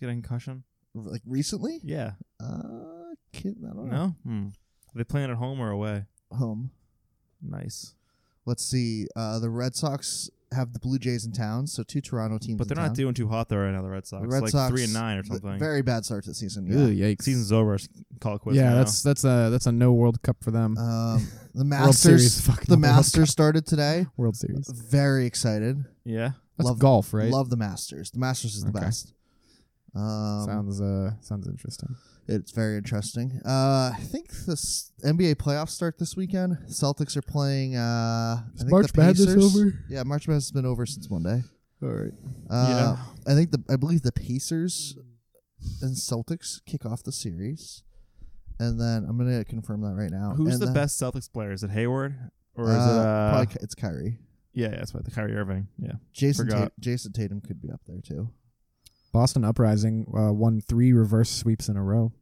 C: get a concussion.
B: like recently?
C: Yeah.
B: Uh, kid, I don't know.
C: No. Hmm. Are they playing at home or away?
B: Home.
C: Nice.
B: Let's see. Uh, the Red Sox have the Blue Jays in town, so two Toronto teams.
C: But
B: in
C: they're not
B: town.
C: doing too hot there right now. The Red Sox,
B: The Red
C: like
B: Sox,
C: three and nine or
B: th-
C: something.
B: Very bad start to the season. Yeah.
D: Ooh, yikes.
C: Season's over. s- Call it quits.
D: yeah,
C: now.
D: that's that's a that's a no World Cup for them.
B: Um, the
D: World Series,
B: Masters.
D: fucking
B: The
D: World Cup.
B: Masters started today.
D: World Series.
B: Very excited.
C: yeah.
D: That's
B: Love-
D: golf, right?
B: Love the Masters. The Masters is the
D: Okay.
B: best. Um,
D: sounds uh sounds interesting.
B: It's very interesting. Uh, I think the s- NBA playoffs start this weekend. Celtics are playing. Uh, I
D: Is
B: think
D: March
B: the
D: Madness
B: Pacers.
D: over?
B: Yeah, March Madness has been over since Monday.
D: All right.
B: Uh, I think the I believe the Pacers and Celtics kick off the series, and then I'm gonna confirm that right now.
C: Who's
B: And
C: the
B: then-
C: best Celtics player? Is it Hayward
B: Uh,
C: or is it? Uh,
B: probably Ky- it's Kyrie.
C: yeah, yeah, that's right. The Kyrie Irving. Yeah.
B: Jason
C: forgot.
B: Tat- Jason Tatum could be up there too.
D: Boston Uprising uh, won three reverse sweeps in a row.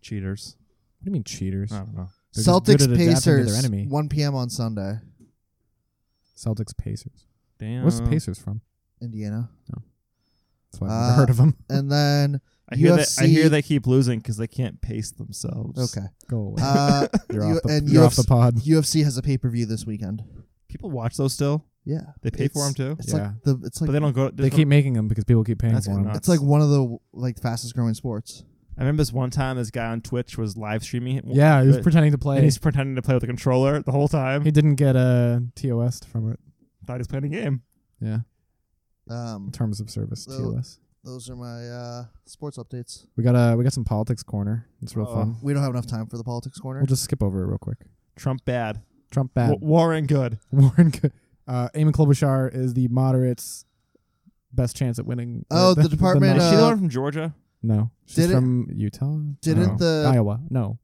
C: Cheaters.
D: What do you mean cheaters?
C: I don't know.
D: They're just good
B: Celtics
D: at adapting to
B: Pacers
D: their enemy.
B: 1 p.m. on Sunday.
D: Celtics Pacers.
C: Damn.
B: Uh,
D: Where's the Pacers from?
B: Indiana,
D: That's why I've
B: Uh,
D: never heard of them.
B: and then
C: I hear, that, I hear
B: UFC
C: they keep losing because they can't pace themselves.
B: okay.
D: Go away.
B: Uh,
D: you're
B: you-
D: off the,
B: and
D: you're off
B: UFC
D: the pod.
B: UFC has a pay per view this weekend.
C: People watch those still.
B: Yeah,
C: They pay for 'em
B: It's-
C: for them too.
B: It's
D: Yeah.
B: like the it's like
C: but they don't go.
D: They
C: there's no-
D: keep making them because people keep paying
C: That's
D: for them.
C: nuts.
B: it's like one of the like fastest growing sports.
C: I remember this one time this guy on Twitch was live streaming. it.
D: Yeah, he was
C: But-
D: pretending to play.
C: and he's pretending to play with the controller the whole time.
D: He didn't get uh, a TOS from it.
C: thought he was playing a game.
D: Yeah,
B: Um,
D: terms of service
B: So-
D: TOS.
B: those are my uh sports updates.
D: We got a we got some politics corner. It's
B: Uh,
D: real
C: Oh.
D: fun.
B: We don't have enough time for the politics corner.
D: We'll just skip over it real quick.
C: Trump bad.
D: Trump bad.
C: W- Warren good.
D: Warren. Go- Uh, Eamon Klobuchar is the moderates best chance at winning.
B: Oh, the Department
E: Is
D: Nash-
E: she the
B: Uh,
E: one from Georgia?
D: no, she's
B: did it-
D: from Utah.
B: didn't
D: No.
B: the-
D: Iowa? No.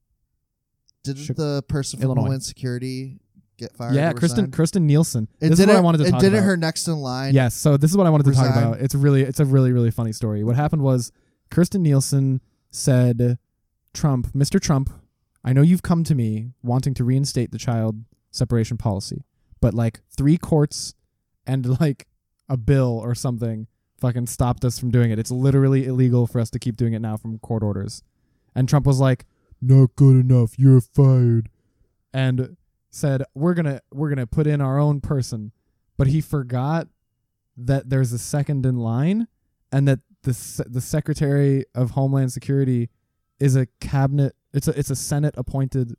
B: Didn't
D: Chic-
B: the person from
D: Illinois.
B: Homeland Security get fired?
D: yeah,
B: or
D: Kristen
B: resign?
D: Kristen Nielsen.
B: And
D: this is
B: didn't,
D: what I wanted to
B: and
D: talk
B: didn't
D: about.
B: her next in line.
D: Yes. So this is what I wanted to talk
B: Resign.
D: about. It's really, it's a really, really funny story. What happened was Kirsten Nielsen said, "Trump, Mr. Trump, I know you've come to me wanting to reinstate the child separation policy, but like three courts and like a bill or something fucking stopped us from doing it. It's literally illegal for us to keep doing it now from court orders." And Trump was like, "Not good enough. You're fired." And said, "We're going to we're going to put in our own person." But he forgot that there's a second in line and that the se- the secretary of homeland security is a cabinet it's a it's a senate appointed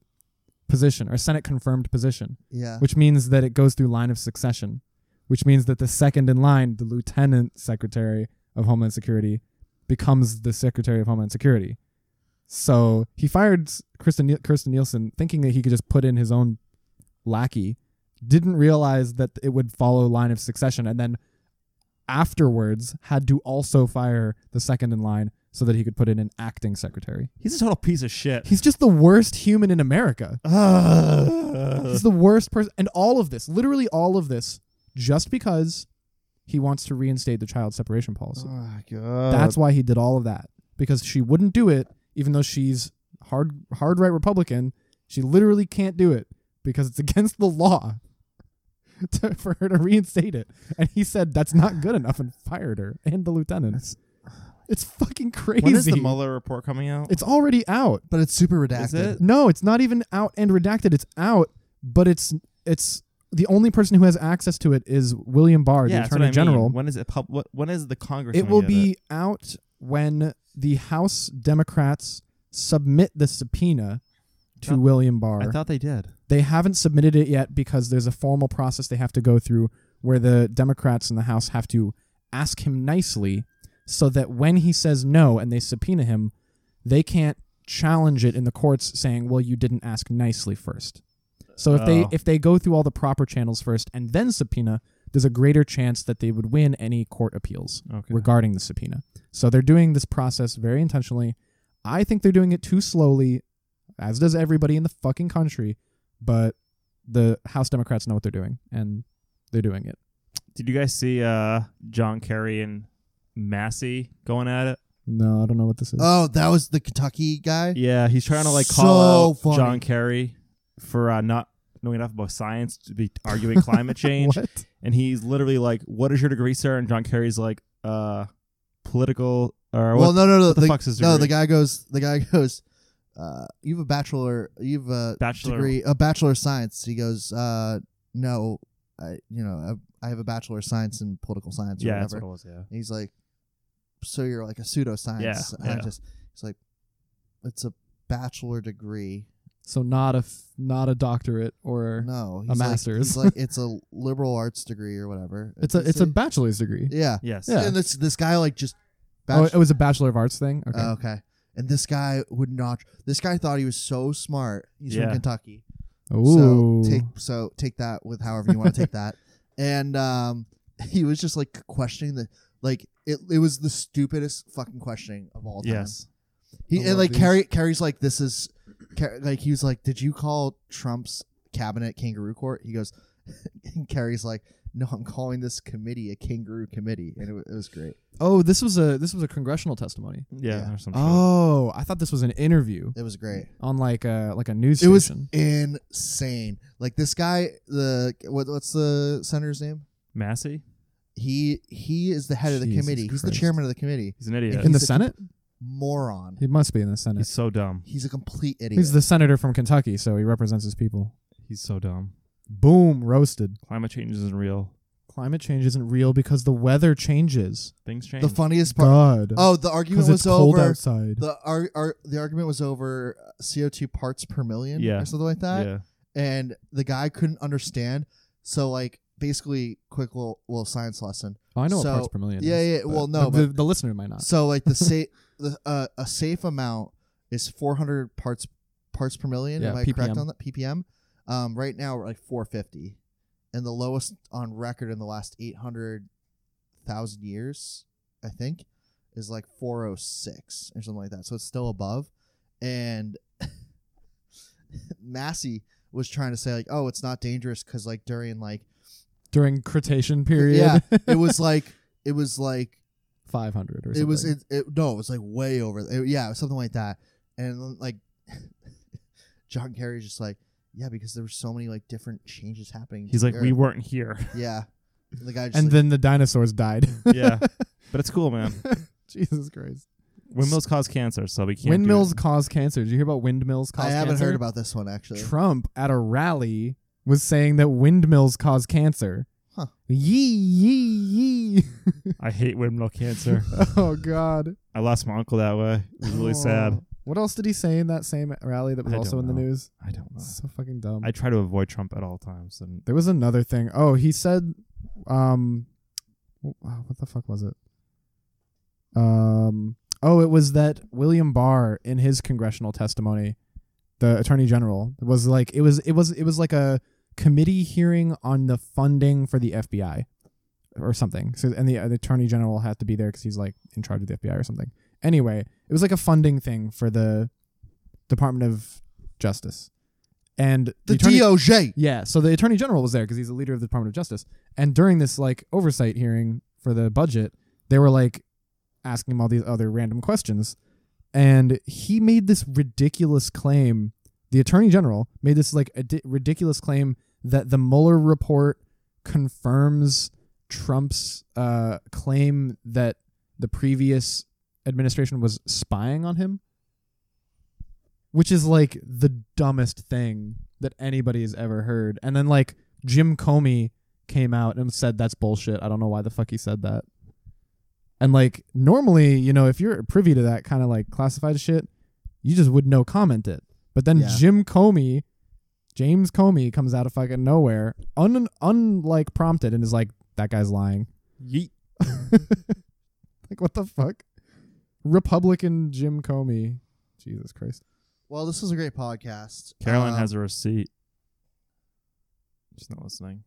D: position or senate confirmed position
B: Yeah.
D: which means that it goes through line of succession which means that the second in line the lieutenant secretary of homeland security becomes the secretary of homeland security so he fired S- Kristen, Niel- Kristen Nielsen thinking that he could just put in his own lackey didn't realize that it would follow line of succession and then afterwards had to also fire the second in line so that he could put in an acting secretary
E: He's a total piece of shit.
D: he's just the worst human in america
E: Ugh.
D: He's the worst person. And all of this, literally all of this, just because he wants to reinstate the child separation policy.
B: Oh,
E: Uh,
B: God.
D: That's why he did all of that. Because she wouldn't do it, even though she's hard hard right Republican. She literally can't do it because it's against the law to, for her to reinstate it. And he said that's not good enough and fired her and the lieutenant. it's fucking crazy.
E: When is the Mueller report coming out?
D: it's already out.
B: But it's super redacted.
E: Is it?
D: No, it's not even out and redacted. It's out, but it's it's the only person who has access to it is William Barr,
E: yeah,
D: the
E: that's
D: Attorney
E: what I mean.
D: General.
E: When is it? Pub- what, when is the Congress?
D: It
E: gonna
D: will
E: get
D: be out when the House Democrats submit the subpoena
E: I
D: to
E: thought-
D: William Barr.
E: I thought they did.
D: they haven't submitted it yet because there's a formal process they have to go through where the Democrats in the House have to ask him nicely so that when he says no and they subpoena him, they can't challenge it in the courts saying, "Well, you didn't ask nicely first. So if they
E: Oh.
D: if they go through all the proper channels first and then subpoena, there's a greater chance that they would win any court appeals
E: Okay.
D: regarding the subpoena. So they're doing this process very intentionally. I think they're doing it too slowly, as does everybody in the fucking country. But the House Democrats know what they're doing, and they're doing it.
E: Did you guys see uh, John Kerry and Massey going at it?
D: No, I don't know what this is.
B: Oh, that was the Kentucky guy.
E: Yeah, he's trying to like call
B: So
E: out
B: funny.
E: John Kerry for uh, not knowing enough about science to be arguing climate change,
D: what?
E: and he's literally like, "What is your degree, sir?" And John Kerry's like, "Uh, political or
B: well,
E: what,
B: no, no, no.
E: what the,
B: the,
E: fuck's his
B: no,
E: degree?"
B: the guy goes. The guy goes. Uh, you have a bachelor. You have a
E: Bachelor-
B: degree, a bachelor of science. He goes. Uh, no, I, you know, I, I have a bachelor of science in political science. Or
E: yeah, that's
B: whatever.
E: what it was. Yeah,
B: And he's like, so you're like a pseudoscience.
E: Yeah,
B: And I
E: yeah.
B: just, it's like, it's a bachelor degree.
D: So not a f- not a doctorate or
B: No, he's
D: a
B: like-
D: master's.
B: he's like, it's a liberal arts degree or whatever.
D: it's a
B: Does
D: it's a
B: he-
D: bachelor's degree.
B: yeah.
E: yes,
D: Yeah.
B: And this this guy like just,
D: Oh,
B: bachelor,
D: it was a bachelor of arts thing. Okay.
B: Oh, okay. And this guy would not. This guy thought he was so smart. He's
E: Yeah.
B: from Kentucky.
D: Ooh.
B: So take so take that with however you want to take that. And um, he was just like questioning the like it. It was the stupidest fucking questioning of all time.
E: yes.
B: He
D: I
B: and
D: love
B: like
D: these.
B: Carrie Carrie's like this is Car- like he was like did you call Trump's cabinet kangaroo court? He goes and Carrie's like no, I'm calling this committee a kangaroo committee, and it, wa- it was great.
D: Oh, this was a this was a congressional testimony.
E: Yeah,
B: Yeah.
E: or some shit.
D: Oh, I thought this was an interview
B: It was great.
D: on like a like a news
B: It was
D: station.
B: insane. Like this guy, the what, what's the senator's name?
E: Massey,
B: He he is the head of the
D: Jesus
B: committee. He's the
D: Christ.
B: chairman of the committee.
E: he's an idiot.
B: Yeah.
D: in the
B: He's a-
D: Senate.
B: Moron.
D: He must be in the Senate.
E: He's so dumb.
B: He's a complete idiot.
D: He's the senator from Kentucky, so he represents his people.
E: He's so dumb.
D: Boom, roasted.
E: Climate change isn't real.
D: Climate change isn't real because the weather changes.
E: Things change.
B: the funniest part.
D: God.
B: Oh, the argument
D: because
B: was
D: it's cold
B: over.
D: outside.
B: the ar- ar- the argument was over CO two parts per million
E: Yeah.
B: or something like that,
E: yeah.
B: and the guy couldn't understand. So like basically, quick little, little science lesson.
D: oh, I know
B: so-
D: what parts per million.
B: yeah,
D: is,
B: yeah, well, no,
D: the, the listener might not.
B: So like the safe the uh, a safe amount is four hundred parts parts per million.
D: Yeah,
B: Am I correct
D: PPM.
B: on that ppm? Um, right now we're like four fifty, and the lowest on record in the last eight hundred thousand years, I think, is like four oh six or something like that. So it's still above. And Massey was trying to say like, oh, it's not dangerous because like during like
D: during Cretaceous period.
B: Yeah, it was like it was like
D: 500 or something.
B: it was it, it no it was like way over it, yeah it was something like that and like john kerry's just like yeah because there were so many like different changes happening to
C: He's like,
B: the
C: we
B: Earth."
C: weren't here.
B: yeah and the guy just
D: and
B: like,
D: then the dinosaurs died.
E: yeah, um, but it's cool, man.
D: Jesus Christ.
E: Windmills cause cancer, so we can't. do
D: windmills
E: it.
D: cause cancer. Did you hear about windmills cause
B: i
D: cancer?
B: haven't heard about this one actually
D: Trump at a rally was saying that windmills cause cancer.
B: Huh.
D: Yee yee yee.
C: I hate windmill cancer.
D: oh God.
E: I lost my uncle that way. It was really sad.
D: Oh. What else did he say in that same rally that was
E: I
D: also in
E: don't
D: the
E: know.
D: news?
E: I don't know.
D: So fucking dumb.
E: I try to avoid Trump at all times, and
D: There was another thing. Oh, he said, um, w- uh, what the fuck was it? Um, oh, it was that William Barr in his congressional testimony, the attorney general was like, it was, it was, it was like a committee hearing on the funding for the FBI or something. So, and the, uh, the attorney general had to be there because he's like in charge of the FBI or something. Anyway, it was like a funding thing for the Department of Justice. And
B: the
D: attorney-
B: doj
D: yeah, so the attorney general was there because he's the leader of the Department of Justice. And during this like oversight hearing for the budget, they were like asking him all these other random questions, and he made this ridiculous claim. The attorney general made this like a di- ridiculous claim that the Mueller report confirms Trump's uh, claim that the previous administration was spying on him which is like the dumbest thing that anybody has ever heard. And then like Jim Comey came out and said that's bullshit. I don't know why the fuck he said that. And like normally, you know, if you're privy to that kind of like classified shit, you just would no comment it. But then
B: Yeah.
D: Jim Comey, James Comey comes out of fucking nowhere, un unlike prompted and is like that guy's lying.
E: yeet.
D: like what the fuck? Republican Jim Comey. Jesus Christ.
B: well this was a great podcast
E: Caroline
B: Um,
E: has a receipt. She's not listening.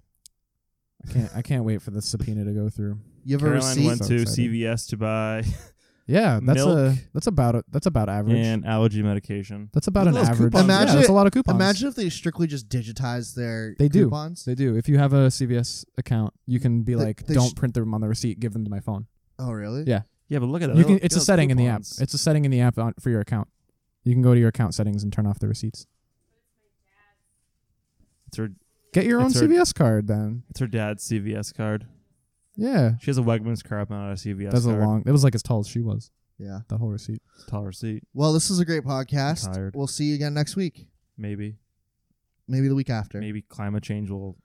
D: I can't. I can't wait for the subpoena to go through.
B: you have a
E: Caroline
B: receipt
E: went
D: So
E: to
D: excited.
E: CVS to buy
D: Yeah, that's
E: Milk.
D: a. That's about it. That's about average.
E: an allergy medication.
D: that's about
E: Look
D: an
E: at those
D: average.
E: coupons.
D: yeah,
B: Imagine-
D: that's a lot of coupons.
B: imagine if they strictly just digitized their
D: They do.
B: coupons
D: they do. If you have a CVS account, you can be
B: They-
D: like,
B: they
D: "Don't
B: sh-
D: print them on the receipt. Give them to my phone."
B: oh really
D: Yeah.
E: Yeah, but look at that.
D: You
E: Look-
D: can.
E: look
D: It's
E: at
D: a
E: those
D: setting in the app.
E: coupons.
D: It's a setting in the app on, for your account. You can go to your account settings and turn off the receipts.
E: It's her.
D: Get your own
E: It's our-
D: CVS card then.
E: It's her dad's CVS card.
D: Yeah,
E: She has a Wegmans card, but not a CVS
D: that's a
E: card.
D: long. It was like as tall as she was.
B: yeah
D: That whole receipt.
E: tall receipt,
B: well this is a great podcast
E: tired.
B: we'll see you again next week
E: maybe.
B: maybe the week after
E: Maybe climate change will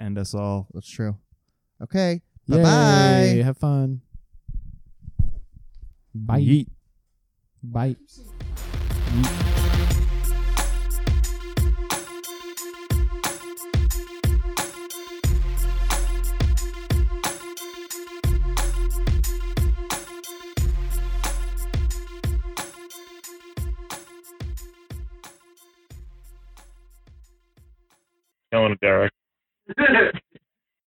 E: end us all.
B: that's true okay
D: Yay,
B: Bye-bye.
D: Have fun. Bye.
E: Yeet.
D: Bye.
H: Killing it, Derek.